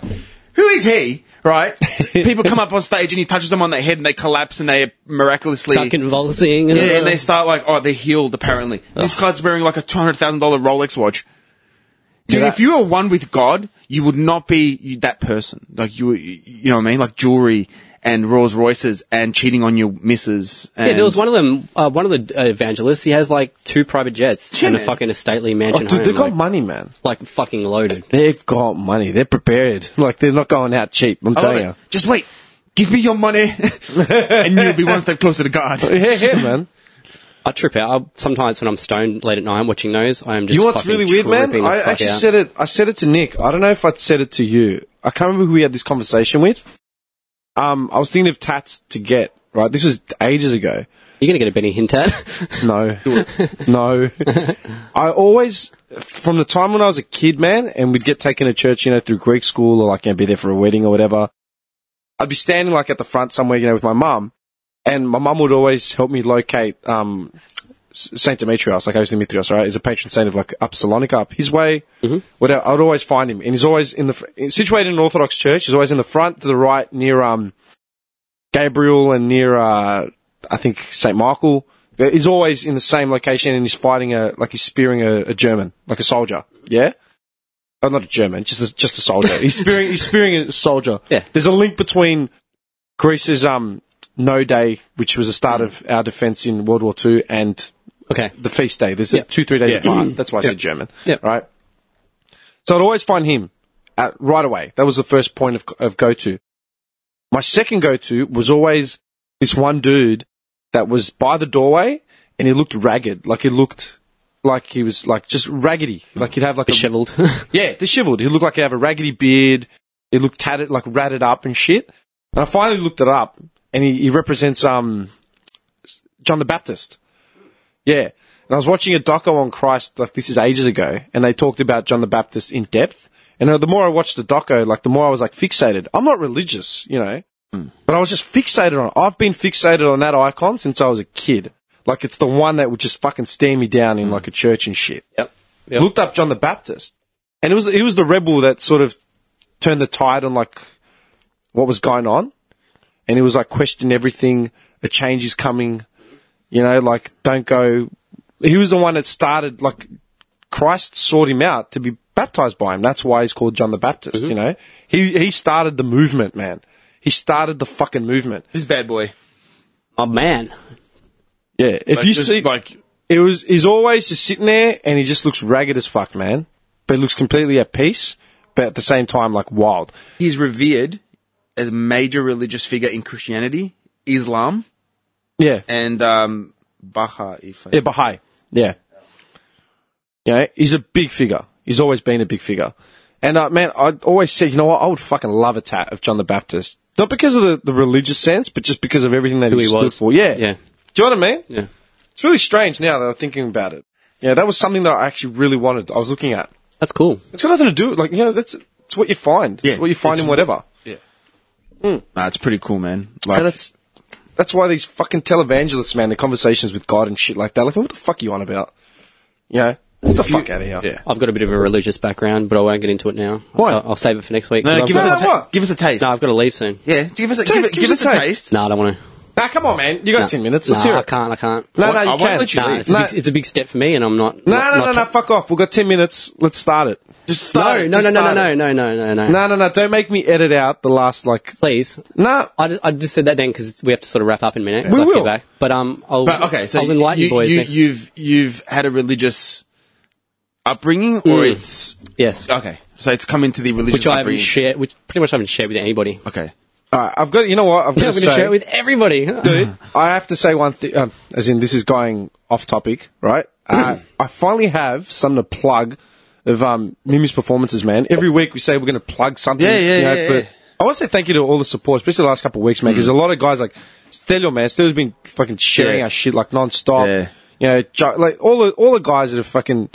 Speaker 2: Who is he? Right? People come up on stage and he touches them on their head and they collapse and they miraculously.
Speaker 3: Stuck convulsing.
Speaker 2: yeah, and they start like, oh, they're healed apparently. This guy's wearing like a two hundred thousand dollar Rolex watch. Dude,
Speaker 1: that-
Speaker 2: if you are one with God, you would not be you, that person. Like you, you know what I mean? Like jewelry and Rolls Royces and cheating on your missus. And
Speaker 3: Yeah, there was one of them. Uh, one of the uh, evangelists. He has like two private jets
Speaker 2: Yeah,
Speaker 3: and a
Speaker 2: man.
Speaker 3: fucking stately mansion
Speaker 1: Oh, dude, they've
Speaker 3: home.
Speaker 1: got
Speaker 3: Like,
Speaker 1: money, man.
Speaker 3: like fucking loaded.
Speaker 1: They've got money. They're prepared. Like they're not going out cheap. I'm
Speaker 2: I love
Speaker 1: telling you.
Speaker 2: it. Just wait. Give me your money, and you'll be one step closer to God.
Speaker 1: Yeah, yeah, man.
Speaker 3: I trip out. I, sometimes when I'm stoned late at night, I'm watching those. I am just.
Speaker 1: You know what's
Speaker 3: fucking
Speaker 1: really weird, man?
Speaker 3: tripping the
Speaker 1: I
Speaker 3: fuck
Speaker 1: actually
Speaker 3: out.
Speaker 1: said it. I said it to Nick. I don't know if I'd said it to you. I can't remember who we had this conversation with. Um, I was thinking of tats to get. Right, this was ages ago.
Speaker 3: You're gonna get a Benny Hinn tat.
Speaker 1: No, no. I always, from the time when I was a kid, man, and we'd get taken to church, you know, through Greek school or like, you know, be there for a wedding or whatever. I'd be standing like at the front somewhere, you know, with my mum, and my mum would always help me locate, um, S- Saint Demetrios, like Jose Demetrios, right? Is a patron saint of like up Salonika, up his way. Mm-hmm. Whatever. I'd always find him, and he's always in the fr- situated in an Orthodox church. He's always in the front to the right, near um, Gabriel and near uh, I think Saint Michael. He's always in the same location, and he's fighting a like he's spearing a, a German, like a soldier. Yeah. Oh, not a German, just a, just a soldier. He's spearing, he's spearing a soldier.
Speaker 3: Yeah.
Speaker 1: There's a link between Greece's um No Day, which was the start of our defence in World War Two, and
Speaker 3: okay.
Speaker 1: the feast day. There's
Speaker 3: Yeah.
Speaker 1: two, three days
Speaker 2: Yeah.
Speaker 1: apart. That's why I said German.
Speaker 3: Yeah.
Speaker 1: Right. So I'd always find him at, right away. That was the first point of, of go to. My second go to was always this one dude that was by the doorway and he looked ragged. Like he looked like he was like just raggedy. Like he'd have like a,
Speaker 3: Disheveled.
Speaker 1: yeah, disheveled. He looked like he had a raggedy beard. He looked tatted, like ratted up and shit. And I finally looked it up, and he, he represents um, John the Baptist. Yeah. And I was watching a doco on Christ, like this is ages ago, and they talked about John the Baptist in depth. And uh, the more I watched the doco, like the more I was like fixated. I'm not religious, you know, but I was just fixated on it. I've been fixated on that icon since I was a kid. Like it's the one that would just fucking stare me down in like a church and shit
Speaker 3: Mm. yep. Yep.
Speaker 1: looked up John the Baptist, and it was it was the rebel that sort of turned the tide on like what was going on, and it was like question everything, a change is coming, you know, like don't go. He was the one that started like Christ sought him out to be baptized by him. That's why he's called John the Baptist.
Speaker 2: Mm-hmm.
Speaker 1: You know, he he started the movement, man. He started the fucking movement.
Speaker 2: This bad boy.
Speaker 3: Oh man.
Speaker 1: Yeah, if you
Speaker 2: just
Speaker 1: see
Speaker 2: like
Speaker 1: It was. He's always just sitting there, and he just looks ragged as fuck, man. But he looks completely at peace, but at the same time, like wild.
Speaker 2: he's revered as a major religious figure in Christianity, Islam,
Speaker 1: Yeah,
Speaker 2: and um, Baha'i.
Speaker 1: yeah, Baha'i. Yeah, yeah. He's a big figure. He's always been a big figure. And uh, man, I always said, you know what? I would fucking love a tat of John the Baptist, not because of the, the religious sense, but just because of everything that
Speaker 3: Who
Speaker 1: he,
Speaker 3: he
Speaker 1: stood
Speaker 3: was.
Speaker 1: for. Yeah,
Speaker 3: Yeah.
Speaker 1: Do you know what I mean?
Speaker 3: Yeah.
Speaker 1: It's really strange now that I'm thinking about it. Yeah, that was something that I actually really wanted. I was looking at.
Speaker 3: That's cool.
Speaker 1: It's got nothing to do. Like you know, that's it's what you find.
Speaker 2: Yeah,
Speaker 1: it's what you find
Speaker 2: it's-
Speaker 1: in whatever.
Speaker 2: Nah, it's pretty cool, man. Like,
Speaker 1: And that's that's why these fucking televangelists, man, the conversations with God and shit like that. Like, what the fuck are you on about? You know, get the fuck out of here.
Speaker 2: yeah.
Speaker 3: I've got a bit of a religious background, but I won't get into it now.
Speaker 1: Why?
Speaker 3: I'll, I'll save it for next week.
Speaker 2: No,
Speaker 3: 'cause I've
Speaker 2: give,
Speaker 3: got-
Speaker 2: us a
Speaker 1: No,
Speaker 2: ta-
Speaker 1: what?
Speaker 2: give us a taste.
Speaker 3: no, I've got to leave soon.
Speaker 2: Yeah, give us a, give, it- give us a taste.
Speaker 3: No, I don't want to.
Speaker 1: Nah, come on, man. You got ten minutes. Let's
Speaker 3: nah,
Speaker 1: hear
Speaker 3: I
Speaker 1: it.
Speaker 3: can't. I can't.
Speaker 1: No, no,
Speaker 2: I
Speaker 1: you
Speaker 2: won't
Speaker 1: can't.
Speaker 2: let you
Speaker 3: Nah,
Speaker 2: leave.
Speaker 3: it's, A big, it's a big step for me, and I'm not.
Speaker 1: No, no,
Speaker 3: not- not
Speaker 1: no, no,
Speaker 3: trying-
Speaker 1: fuck off. We've got 10 minutes. Let's start it.
Speaker 2: Just start. it,
Speaker 3: no, no,
Speaker 2: just
Speaker 3: no, no,
Speaker 2: start
Speaker 3: no,
Speaker 2: it.
Speaker 3: no, no, no, no,
Speaker 1: No, no, no. Don't make me edit out the last, like,
Speaker 3: Please.
Speaker 1: nah.
Speaker 3: I just, I just said that then because we have to sort of wrap up in a minute. 'cause
Speaker 1: We
Speaker 3: I have to
Speaker 1: will.
Speaker 3: get back. But um, I'll
Speaker 2: But okay, so
Speaker 3: I'll enlighten
Speaker 2: you,
Speaker 3: you boys
Speaker 2: you,
Speaker 3: next.
Speaker 2: you've you've had a religious upbringing, or it's
Speaker 3: yes,
Speaker 1: Oh,
Speaker 2: okay. So it's come into the religious
Speaker 3: Mm. which I haven't
Speaker 2: upbringing.
Speaker 3: shared, which pretty much I haven't shared with anybody.
Speaker 2: okay,
Speaker 1: Alright, I've got, you know what? I've got
Speaker 3: I'm
Speaker 1: to
Speaker 3: going to
Speaker 1: say-
Speaker 3: share it with everybody.
Speaker 1: dude. I have to say one thing, um, as in this is going off topic, right? Uh, I finally have something to plug of um, Mimi's performances, man. Every week we say we're going to plug something.
Speaker 2: Yeah, yeah, yeah, yeah. Mm.
Speaker 1: I want to say thank you to all the support, especially the last couple of weeks, man. Because a lot of guys like Stelio, man. Stelio's been fucking sharing
Speaker 2: Yeah.
Speaker 1: our shit like non-stop.
Speaker 2: Yeah.
Speaker 1: You know, jo- like all the all the guys that have fucking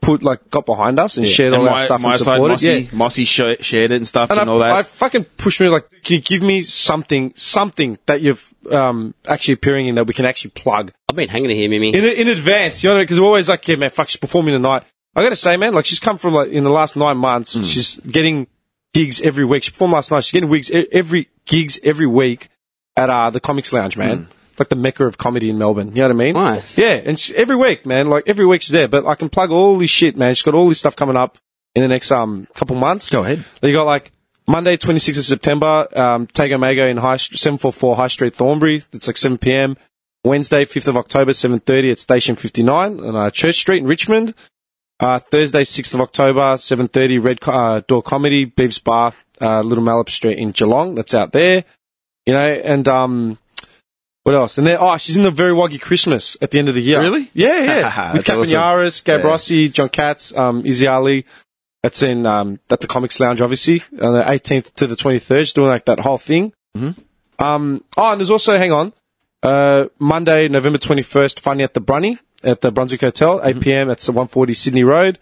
Speaker 1: put like got behind us and shared
Speaker 2: and
Speaker 1: all
Speaker 2: my-
Speaker 1: our stuff
Speaker 2: my
Speaker 1: and
Speaker 2: side,
Speaker 1: supported.
Speaker 2: Mossy,
Speaker 1: yeah.
Speaker 2: Mossy sh- shared it and stuff and,
Speaker 1: And I,
Speaker 2: all that.
Speaker 1: I fucking pushed me like, can you give me something, something that you're um, actually appearing in that we can actually plug
Speaker 3: I've been hanging here, Mimi.
Speaker 1: in in advance? You know, because we're always like, yeah, man, fuck, she's performing tonight. I gotta say, man, like she's come from like in the last nine
Speaker 2: Hmm.
Speaker 1: months, she's getting gigs every week. She performed last night. She's getting wigs e- every gigs every week at uh, the Comics Lounge,
Speaker 2: Hmm.
Speaker 1: man. Like the mecca of comedy in Melbourne. You know what I mean?
Speaker 3: Nice.
Speaker 1: Yeah, and she, every week, man, like every week she's there. But I can plug all this shit, man. She's got all this stuff coming up in the next um couple months.
Speaker 2: Go ahead.
Speaker 1: You got like Monday, 26th of September, um, Tego Mago in High St- 744 High Street, Thornbury. It's like 7 p.m. Wednesday, 5th of October, 7.30 at Station 59 on uh, Church Street in Richmond. Uh, Thursday, 6th of October, 7.30, Red Co- uh, Door Comedy, Beeves Bar, uh, Little Mallop Street in Geelong. That's out there. You know, and um, What else? And then, oh, she's in the Very Waggy Christmas at the end of the year.
Speaker 2: Really?
Speaker 1: Yeah, yeah. With
Speaker 2: That's
Speaker 1: Campagnara's, Gabe
Speaker 2: Yeah.
Speaker 1: Rossi, John Katz, um, Izzy Ali. That's in, um, at the Comics Lounge, obviously, on the 18th to the 23rd, she's doing like that whole thing. Mm-hmm. Um, oh, and there's also, hang on, uh, Monday, November 21st, Funny at the Brunny at the Brunswick Hotel, 8 p.m. That's the 140 Sydney Road.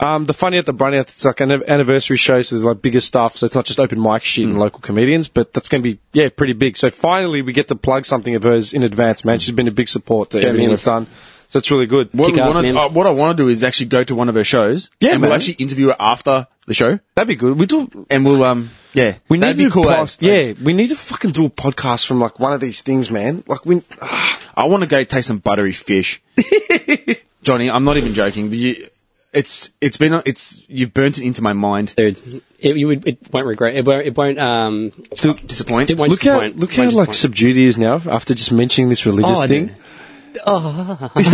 Speaker 1: Um, the funny at the Brunny, it's like an an- anniversary show, so there's like bigger stuff. So it's not just open mic shit and local comedians, but that's going to be, yeah, pretty big. So finally we get to plug something of hers in advance, man. She's been a big support to everything that's
Speaker 3: is.
Speaker 1: done. So that's really good.
Speaker 2: What, we
Speaker 3: Kick-ass
Speaker 2: wanna,
Speaker 3: man.
Speaker 2: uh, what I want to do is actually go to one of her shows.
Speaker 1: Yeah,
Speaker 2: and we'll
Speaker 1: man.
Speaker 2: actually interview her after the show,
Speaker 1: That'd be good. We do,
Speaker 2: and we'll um yeah,
Speaker 1: we need
Speaker 2: that'd
Speaker 1: to
Speaker 2: be cool.
Speaker 1: plus-
Speaker 2: eh?
Speaker 1: yeah, we need to fucking do a podcast from like one of these things, man. Like we, ah,
Speaker 2: I want to go take some buttery fish, Johnny. I'm not even joking. You, it's it's been a- it's you've burnt it into my mind.
Speaker 3: dude. It, you would, it won't regret. It won't. It won't. Um,
Speaker 2: Disappoint.
Speaker 3: it won't
Speaker 1: look how,
Speaker 3: disappoint.
Speaker 1: look
Speaker 3: Won't
Speaker 1: how like
Speaker 3: disappoint.
Speaker 1: subdued he is now after just mentioning this religious
Speaker 2: Oh, I
Speaker 1: thing.
Speaker 2: know.
Speaker 1: he's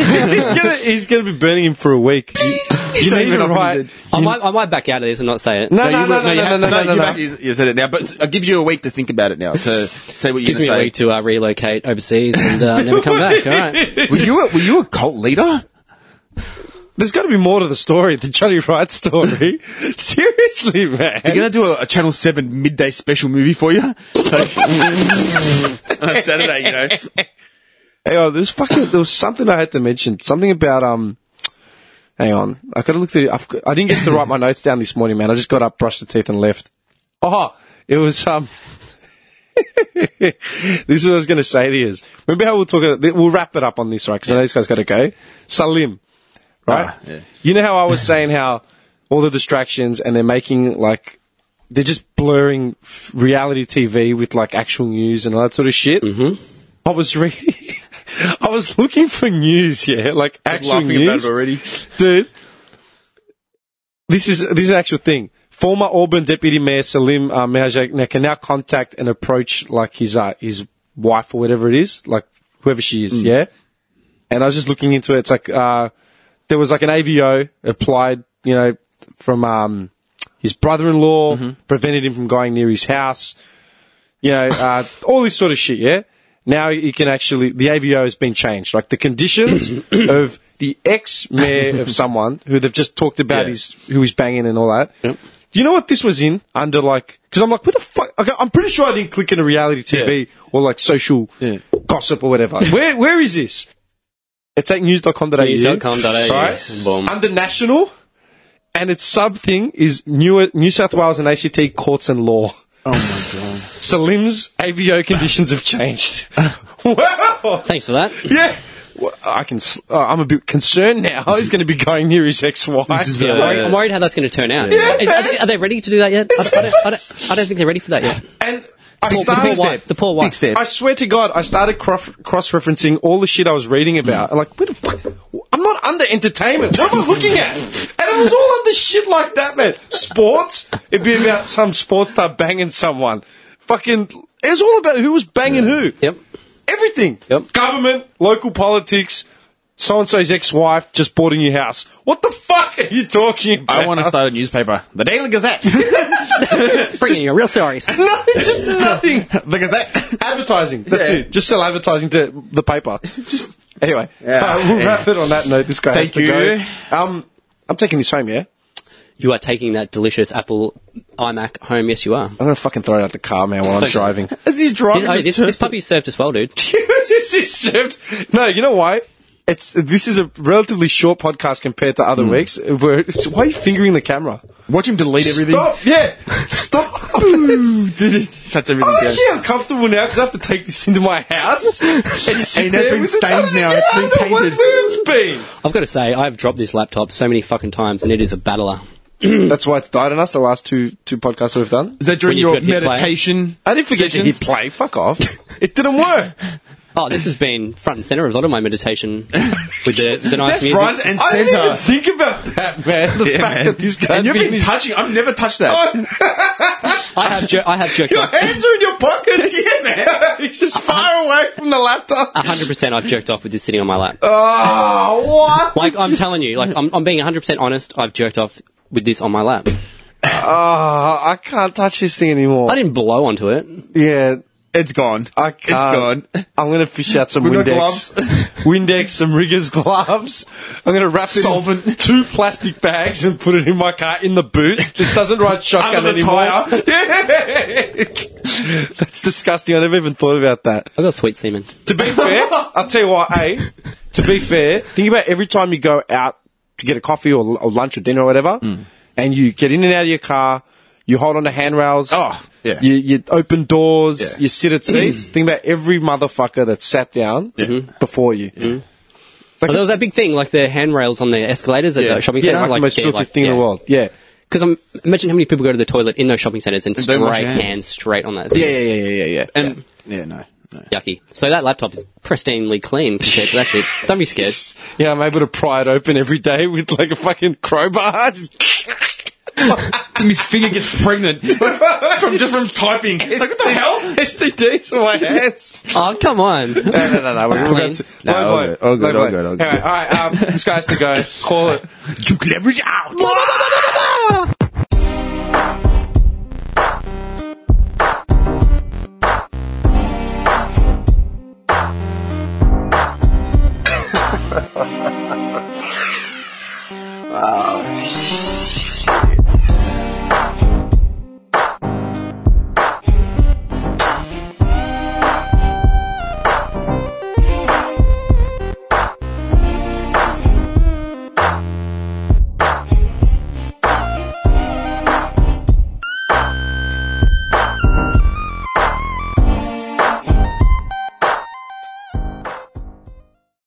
Speaker 1: gonna, he's gonna be burning him for a week. You, you
Speaker 2: not
Speaker 1: need
Speaker 2: even
Speaker 1: to
Speaker 2: up when he
Speaker 1: write.
Speaker 2: did.
Speaker 3: I might, I might back out of this and not say it.
Speaker 1: No,
Speaker 2: you
Speaker 1: no, no,
Speaker 2: wouldn't-
Speaker 1: no,
Speaker 2: you
Speaker 1: no,
Speaker 2: have-
Speaker 1: no, no, no,
Speaker 2: you
Speaker 1: no.
Speaker 2: have- you- You've said it now, but I give you a week to think about it now to say what you're going to
Speaker 3: gives me a
Speaker 2: say.
Speaker 3: week to uh, relocate overseas and uh, never come back. All right.
Speaker 2: were you a, were you a cult leader?
Speaker 1: There's got to be more to the story than Johnny Wright's story. Seriously, man.
Speaker 2: They're gonna do a, a Channel Seven midday special movie for you Like- on a Saturday. You know,
Speaker 1: Hang on, there's fucking there was something I had to mention. Something about um. Hang on, I gotta look through. I've, got- I didn't get to write my notes down this morning, man. I just got up, brushed the teeth, and left. Oh, it was um. this is what I was gonna say to you. is, Remember how we'll talk? About, we'll wrap it up on this, right? Because I know this guy's got to go. Salim, right?
Speaker 2: Ah, yeah.
Speaker 1: You know how I was saying how all the distractions and they're making like they're just blurring f- reality TV with like actual news and all that sort of shit. Mm-hmm. I was reading. I was looking for news, yeah, like actual
Speaker 2: laughing about
Speaker 1: news,
Speaker 2: it already.
Speaker 1: dude. This is this is an actual thing. Former Auburn Deputy Mayor Salim uh, Mehajak can now contact and approach like his uh, his wife or whatever it is, like whoever she
Speaker 2: Mm.
Speaker 1: is, yeah. And I was just looking into it. It's like uh, there was like an AVO applied, you know, from um, his brother-in-law prevented him from going near his house you know, uh, all this sort of shit, yeah? Now you can actually, the AVO has been changed. Like the conditions of the ex mayor of someone who they've just talked about
Speaker 2: Yeah.
Speaker 1: is who he's banging and all that. Do you know what this was in under like, because I'm like, where the fuck? Okay, I'm pretty sure I didn't click in a reality TV or like social gossip or whatever. where Where is this? It's at news.com.au.
Speaker 3: News.com.au.
Speaker 1: Right?
Speaker 3: Boom.
Speaker 1: Under national, and its sub thing is New, New South Wales and ACT courts and law. Salim's AVO conditions have changed. wow!
Speaker 3: Thanks for that.
Speaker 1: Yeah! Well, I can. s- Uh, I'm a bit concerned now. He's going to be going near his ex-wife.
Speaker 2: is, uh,
Speaker 1: Yeah.
Speaker 3: Worried- I'm worried how that's going to turn out. Is- are, they, are they ready to do that yet? I, don't- I don't, I, don't, I don't think they're ready for that yet.
Speaker 1: and I
Speaker 3: Poor- the poor
Speaker 1: started.
Speaker 3: wife. The poor wife.
Speaker 1: I swear to God, I started cross- cross-referencing all the shit I was reading about. I'm like, where the fuck? I'm not under entertainment. What am I looking at? And it was all under shit like that, man. Sports. It'd be about some sports star banging someone. Fucking. It was all about who was banging who.
Speaker 3: Yep.
Speaker 1: Everything.
Speaker 3: Yep.
Speaker 1: Government, local politics. So and so's ex-wife just bought a new house. What the fuck are you talking about?
Speaker 2: I want to start a newspaper, the Daily Gazette,
Speaker 3: Bringing you real stories.
Speaker 1: No, just nothing.
Speaker 2: the Gazette.
Speaker 1: advertising. That's
Speaker 2: Yeah.
Speaker 1: it. Just sell advertising to the paper. Just anyway,
Speaker 2: Yeah.
Speaker 1: Uh, we'll wrap it on that note. This guy has
Speaker 2: Thank
Speaker 1: to
Speaker 2: you.
Speaker 1: go. Um, I'm taking this home. Yeah,
Speaker 3: You are taking that delicious Apple iMac home. Yes, you are.
Speaker 1: I'm gonna fucking throw it out the car, man, while I'm driving.
Speaker 2: As he's driving,
Speaker 3: Oh,
Speaker 2: just
Speaker 3: this,
Speaker 2: turns
Speaker 3: this puppy served us well, dude.
Speaker 1: this is served. No, you know why? It's this is a relatively short podcast compared to
Speaker 2: Hmm.
Speaker 1: other weeks. Where, why are you fingering the camera?
Speaker 2: to- watch him delete everything.
Speaker 1: Stop! Yeah, stop! It's-
Speaker 2: Shuts everything
Speaker 1: I'm
Speaker 2: down.
Speaker 1: actually uncomfortable now because I have to take this into my house. And, sit
Speaker 2: And that's
Speaker 1: there
Speaker 2: been
Speaker 1: with it.
Speaker 2: stained
Speaker 1: I don't
Speaker 2: now.
Speaker 1: know-
Speaker 2: It's
Speaker 1: I
Speaker 2: been
Speaker 1: don't know what-
Speaker 2: tainted.
Speaker 1: Where it's been.
Speaker 3: I've got to say, I've dropped this laptop so many fucking times, and it is a battler.
Speaker 1: That's why it's died on us the last two two podcasts we've done.
Speaker 2: Is that during
Speaker 3: When you
Speaker 2: your
Speaker 3: forget to hit play.
Speaker 2: meditation?
Speaker 1: I didn't forget to hit play. Fuck off. It didn't work.
Speaker 3: Oh, this has been front and center of a lot of my meditation with the, the nice music.
Speaker 2: Front and
Speaker 1: I didn't even
Speaker 2: center.
Speaker 1: think about that, man. The
Speaker 2: Yeah,
Speaker 1: fact
Speaker 2: man.
Speaker 1: that this guy
Speaker 2: And you've been
Speaker 1: finished-
Speaker 2: touching. I've never touched that.
Speaker 3: I have jer- I have jerked
Speaker 1: Your
Speaker 3: off.
Speaker 1: hands are in your pockets. yeah, man. He's
Speaker 2: Uh-huh.
Speaker 1: just far away from the laptop.
Speaker 3: hundred percent, I've jerked off with this sitting on my lap.
Speaker 1: Oh, what?
Speaker 3: Like I'm telling you, like I'm, I'm being hundred percent honest. I've jerked off with this on my lap.
Speaker 1: Oh, I Ah, can't touch this thing anymore.
Speaker 3: I didn't blow onto it.
Speaker 1: yeah.
Speaker 2: It's gone.
Speaker 1: I
Speaker 2: It's gone.
Speaker 1: can't. I'm gonna fish out some
Speaker 2: We've got
Speaker 1: Windex, Windex, some riggers gloves. I'm gonna wrap it in
Speaker 2: Solvent.
Speaker 1: two plastic bags and put it in my car in the boot. This doesn't ride shotgun
Speaker 2: Under the
Speaker 1: anymore.
Speaker 2: tyre.
Speaker 1: Yeah. That's disgusting. I never even thought about that.
Speaker 3: I got sweet semen.
Speaker 1: To be fair, I'll tell you what. A, to be fair, think about every time you go out to get a coffee or, or lunch or dinner or whatever, and you get in and out of your car. You hold on to handrails.
Speaker 2: Oh, yeah.
Speaker 1: You, you open doors,
Speaker 2: Yeah.
Speaker 1: you sit at seats. Think about every motherfucker that sat down before you.
Speaker 3: Oh, there was that big thing, like the handrails on the escalators at
Speaker 2: Yeah.
Speaker 3: the shopping
Speaker 1: Yeah,
Speaker 3: centre.
Speaker 1: like, the most
Speaker 3: they're,
Speaker 1: filthy
Speaker 3: like,
Speaker 1: thing in the world. Yeah.
Speaker 3: Because I'm imagine how many people go to the toilet in those shopping centres and
Speaker 2: don't wash
Speaker 3: straight
Speaker 2: your hands.
Speaker 3: hands straight on that. Thing.
Speaker 1: Yeah, yeah, yeah, yeah, yeah. And
Speaker 2: And yeah, no, no.
Speaker 3: yucky. So that laptop is pristinely clean compared to that shit. Don't be scared.
Speaker 1: yeah, I'm able to pry it open every day with like a fucking crowbar. Just-
Speaker 2: His finger gets pregnant from just from typing. It's like what the hell?
Speaker 1: STDs on my hands.
Speaker 3: Oh come on!
Speaker 1: No, no, no, no. We're, we're
Speaker 3: Clean.
Speaker 1: going to.
Speaker 2: No,
Speaker 1: low
Speaker 2: all
Speaker 1: blow,
Speaker 2: good, all good,
Speaker 1: low blow.
Speaker 2: all good, all good.
Speaker 1: Anyway, all right, um, this guy's to go. Call it.
Speaker 2: You leverage out.